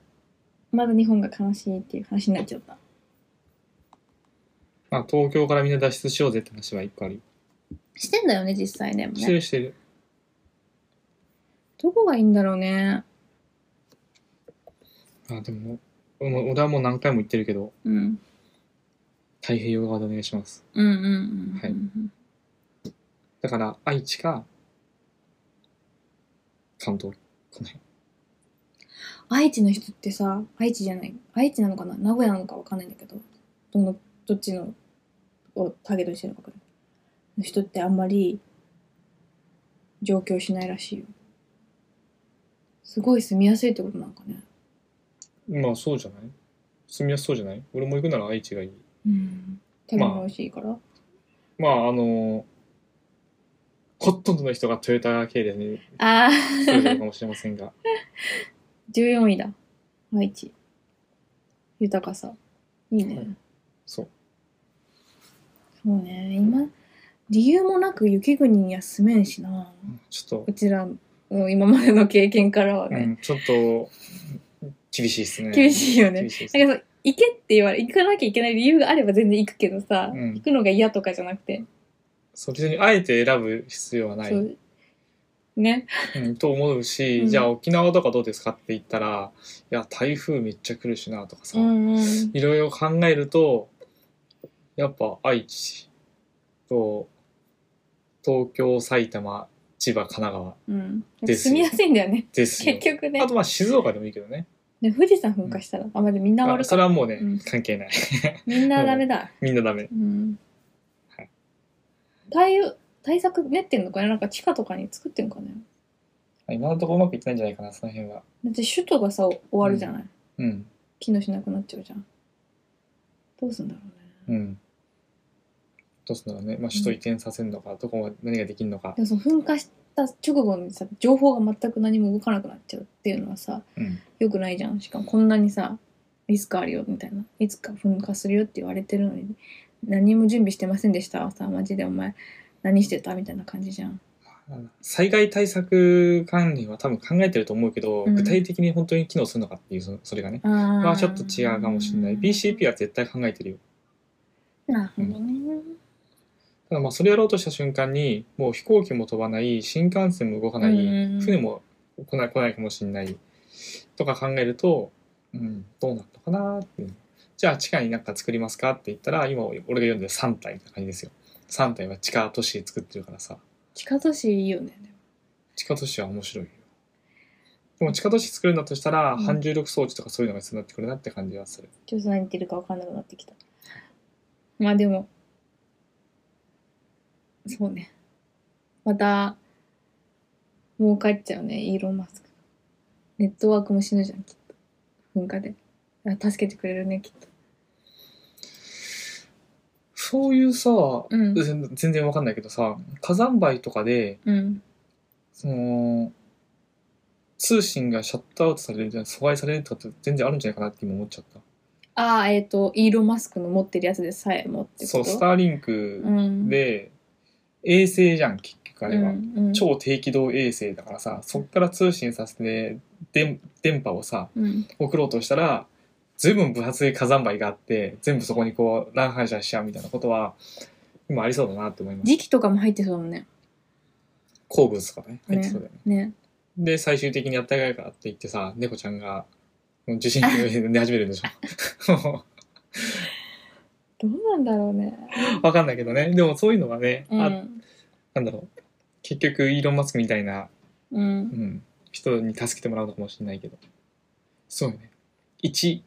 Speaker 2: まだ日本が悲しいっていう話になっちゃった
Speaker 1: まあ、東京からみんな脱出しようぜって話は一個あり。
Speaker 2: してんだよね実際でも
Speaker 1: して
Speaker 2: ね
Speaker 1: るしてる。
Speaker 2: どこがいいんだろうね
Speaker 1: あ、でも、もう俺はもう何回も言ってるけど、
Speaker 2: うん
Speaker 1: 太平洋側でお願いします。
Speaker 2: うんうんうんうん、
Speaker 1: はいだから、愛知か、関東、この辺。
Speaker 2: 愛知の人ってさ愛知じゃない愛知なのかな名古屋なのかわかんないんだけどどのどっちのをターゲットにしてるのかわかんないの人ってあんまり上京しないらしいよすごい住みやすいってことなのかね
Speaker 1: まあ、そうじゃない住みやすそうじゃない俺も行くなら愛知がいい。
Speaker 2: うん食べ物美味しいから、
Speaker 1: まあ、あのほとんどの人がトヨタ系列に
Speaker 2: あ、あ
Speaker 1: 住 んでる
Speaker 2: ー
Speaker 1: かもしれませんが、
Speaker 2: 14位だ愛知豊かさいいね、
Speaker 1: はいそう。
Speaker 2: そうね今理由もなく雪国には住めんしな
Speaker 1: ちょっと
Speaker 2: う、ちらの今までの経験からは
Speaker 1: う
Speaker 2: ね、
Speaker 1: ん、ちょっと、厳しいですね。
Speaker 2: 厳しいよね
Speaker 1: 厳しいっす
Speaker 2: だけど、行けって言われ、行かなきゃいけない理由があれば全然行くけどさ、
Speaker 1: うん
Speaker 2: 行くのが嫌とかじゃなくて、
Speaker 1: そう、別にあえて選ぶ必要はない。
Speaker 2: そうう。ね。
Speaker 1: ん、と思うし、
Speaker 2: うん
Speaker 1: じゃあ沖縄とかどうですかって言ったら、いや、台風めっちゃ来るしなとかさ、
Speaker 2: うんうん。
Speaker 1: いろいろ考えると、やっぱ愛知と、東京、埼玉、千葉、神奈川
Speaker 2: うん。
Speaker 1: です
Speaker 2: 住みやすいんだよね。
Speaker 1: ですよ
Speaker 2: 結。局ね
Speaker 1: あ。とまあ静岡でもいいけどね。
Speaker 2: で富士山噴火したら、あ、まあ、でもみんな終わ
Speaker 1: あ
Speaker 2: る
Speaker 1: そ
Speaker 2: か
Speaker 1: れ
Speaker 2: ら。
Speaker 1: はもうね、
Speaker 2: うん
Speaker 1: 関係ない。
Speaker 2: みんなダメだ。
Speaker 1: みんなダメ。
Speaker 2: うん
Speaker 1: はい。
Speaker 2: 対応、対策練ってんのかななんか地下とかに作ってんのかね
Speaker 1: 今のところうまくいってないんじゃないかな、その辺は。
Speaker 2: だって首都がさ、終わるじゃない、
Speaker 1: うん。
Speaker 2: 機能しなくなっちゃうじゃん。どうすんだろう
Speaker 1: う
Speaker 2: ね。
Speaker 1: ん。どうすんだろうね。まあ首都移転させるのか、どこまで何ができるのか。
Speaker 2: でもその噴火した直後にさ、情報が全く何も動かなくなっちゃうっていうのはさ、
Speaker 1: うん。
Speaker 2: よくないじゃんしかもこんなにさリスクあるよみたいないつか噴火するよって言われてるのに何も準備してませんでしたさマジでお前何してたみたいな感じじゃん
Speaker 1: 災害対策管理は多分考えてると思うけど、
Speaker 2: うん
Speaker 1: 具体的に本当に機能するのかっていうそそれがね
Speaker 2: あ
Speaker 1: ま
Speaker 2: ま
Speaker 1: あちょっと違うかもしれない BCP は絶対考えてるよ
Speaker 2: なるほどね
Speaker 1: ただまあそれやろうとした瞬間にもう飛行機も飛ばない新幹線も動かない、
Speaker 2: うん
Speaker 1: 船も来ない来ないかもしれないとか考えると、うん、どうなったかなっていうじゃあ地下になんか作りますかって言ったら今俺が読んでる3体って感じですよ3体は地下都市で作ってるからさ
Speaker 2: 地下都市いいよね
Speaker 1: 地下都市は面白いよでも地下都市作るんだとしたら、
Speaker 2: うん
Speaker 1: 反重力装置とかそういうのが必要になってくるなって感じはする
Speaker 2: ちょっと何言ってるか分かんなくなってきたまあでもそうねまた儲かっちゃうねイーロン・マスクネットワークも死ぬじゃんきっと噴火であ助けてくれるねきっと
Speaker 1: そういうさ、
Speaker 2: うん
Speaker 1: 全全然わかんないけどさ火山灰とかで
Speaker 2: うん
Speaker 1: その通信がシャットアウトされるじゃん阻害されるとかって全然あるんじゃないかなって今思っちゃった
Speaker 2: ああえっ、とイーロン・マスクの持ってるやつでさえもってこと
Speaker 1: そうスターリンク
Speaker 2: うん、
Speaker 1: で、衛星じゃん結局あれは、
Speaker 2: うんうん
Speaker 1: 超低軌道衛星だからさそっから通信させて電電波をさ
Speaker 2: うん
Speaker 1: 送ろうとしたら随分分厚い火山灰があって全部そこにこう乱反射しちゃうみたいなことは今ありそうだなって思います
Speaker 2: 時期とかも入ってそうだもんね
Speaker 1: 鉱物とかね入ってそうだよね
Speaker 2: ね
Speaker 1: で最終的にやったかいからって言ってさ猫ちゃんがもう受信機の上で寝始めるんでしょ も
Speaker 2: どうなんだろうね
Speaker 1: うわかんないけどねでもそういうのがね、
Speaker 2: う
Speaker 1: あ
Speaker 2: ん
Speaker 1: なんだろう結局イーロン・マスクみたいな、
Speaker 2: うん
Speaker 1: うん、人に助けてもらうのかもしれないけどそうよね一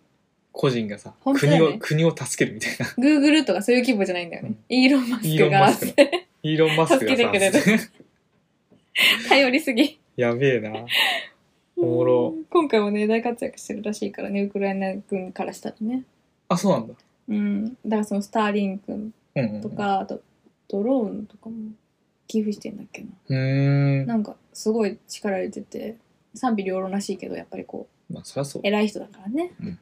Speaker 1: 個人がさ、
Speaker 2: 本当だ
Speaker 1: 国
Speaker 2: よ
Speaker 1: を
Speaker 2: ね
Speaker 1: 国を助けるみたいな
Speaker 2: Google とかそういう規模じゃないんだよね。イーロン・マス
Speaker 1: イーロ
Speaker 2: ク
Speaker 1: ンマ
Speaker 2: が
Speaker 1: スクイーロン・マスクがさ
Speaker 2: 助けてく 頼りすぎ。
Speaker 1: やべえなおもろ
Speaker 2: 今回もね、大活躍してるらしいからね、ウクライナ軍からしたらね。
Speaker 1: あそうなんだ
Speaker 2: うん。だからそのスターリンク
Speaker 1: うんうんうん
Speaker 2: とか、あとドローンとかも寄付してんだっけな。
Speaker 1: うーん
Speaker 2: なんかすごい力入れてて、
Speaker 4: 賛否両論らしいけどやっぱりこう
Speaker 1: まあ、そりゃそう。
Speaker 4: 偉い人だからね、
Speaker 1: うん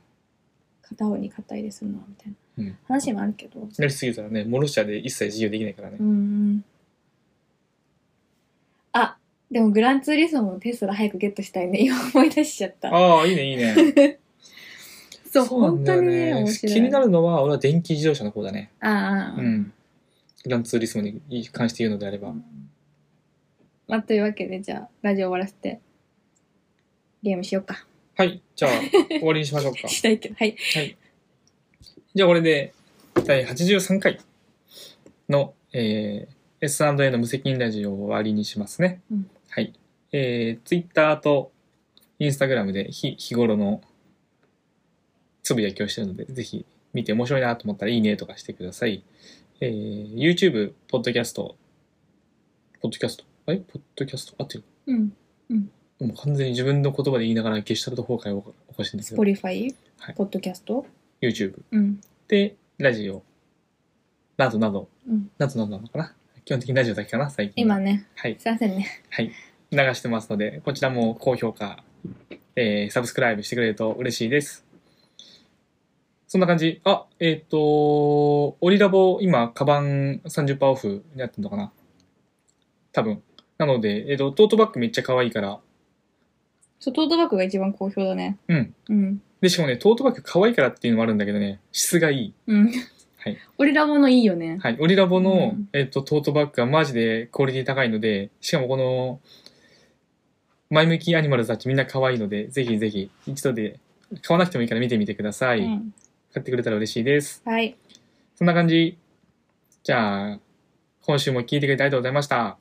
Speaker 4: 片方に肩入れするのはみたいな、
Speaker 1: うん
Speaker 4: 話もあるけど
Speaker 1: なりすぎたらね、もロシアで一切自由できないからね
Speaker 4: う。んあでもグランツーリスモのテスラ早くゲットしたいね今思い出しちゃった
Speaker 1: ああ、いいね、いいね。
Speaker 2: そう、
Speaker 1: なん
Speaker 2: 本
Speaker 1: だ
Speaker 2: 当
Speaker 1: よ
Speaker 2: にね、面白い。
Speaker 1: 気になるのは、俺は電気自動車の方だね。
Speaker 2: ああ、
Speaker 1: うん。グランツーリスモに関して言うのであれば。
Speaker 2: まあ、というわけで、じゃあ、ラジオ終わらせて、ゲームしようか。
Speaker 1: はい、じゃあ、終わりにしましょう か。
Speaker 4: したいけどはい
Speaker 1: じゃあこれで第83回の、えー S&A の無責任ラジオを終わりにしますね。
Speaker 4: うん
Speaker 1: はい。えー、Twitter と Instagram で日日頃のつぶやきをしてるので、ぜひ見て面白いなと思ったらいいねとかしてください。えー、YouTube、Podcast、Podcast、あれ ?Podcast 合ってる
Speaker 4: うん
Speaker 1: もう完全に自分の言葉で言いながらゲシュタルト崩壊を起こしてるんですけど、
Speaker 4: Spotify、
Speaker 1: はい
Speaker 4: ポッドキャスト
Speaker 1: YouTube。
Speaker 4: うん
Speaker 1: で、ラジオ、などなど、
Speaker 4: うん
Speaker 1: などなどなのかな。基本的にラジオだけかな、最近。
Speaker 4: 今ね
Speaker 1: はい、
Speaker 4: すいませんね
Speaker 1: 流してますので、こちらも高評価、えー、サブスクライブしてくれると嬉しいです。そんな感じ。あ、えっ、と、オリラボ、今、カバン30%オフになってんのかな多分。なので、えっ、と、トートバッグめっちゃ可愛いから、
Speaker 4: そうトートバッグが一番好評だね
Speaker 1: うん。
Speaker 4: うん
Speaker 1: で、しかもね、トートバッグ可愛いからっていうのもあるんだけどね、質がいい。
Speaker 4: うん
Speaker 1: はい
Speaker 4: 俺らものいいよね
Speaker 1: はい、オリラボの、
Speaker 4: うん
Speaker 1: えっと、トートバッグはマジでクオリティ高いので、しかもこの、前向きアニマルたちみんな可愛いので、ぜひぜひ一度で、買わなくてもいいから見てみてください。
Speaker 4: うん
Speaker 1: 買ってくれたら嬉しいです。
Speaker 4: はい
Speaker 1: そんな感じ。じゃあ、今週も聞いてくれてありがとうございました。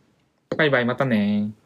Speaker 1: バイバイ、またねー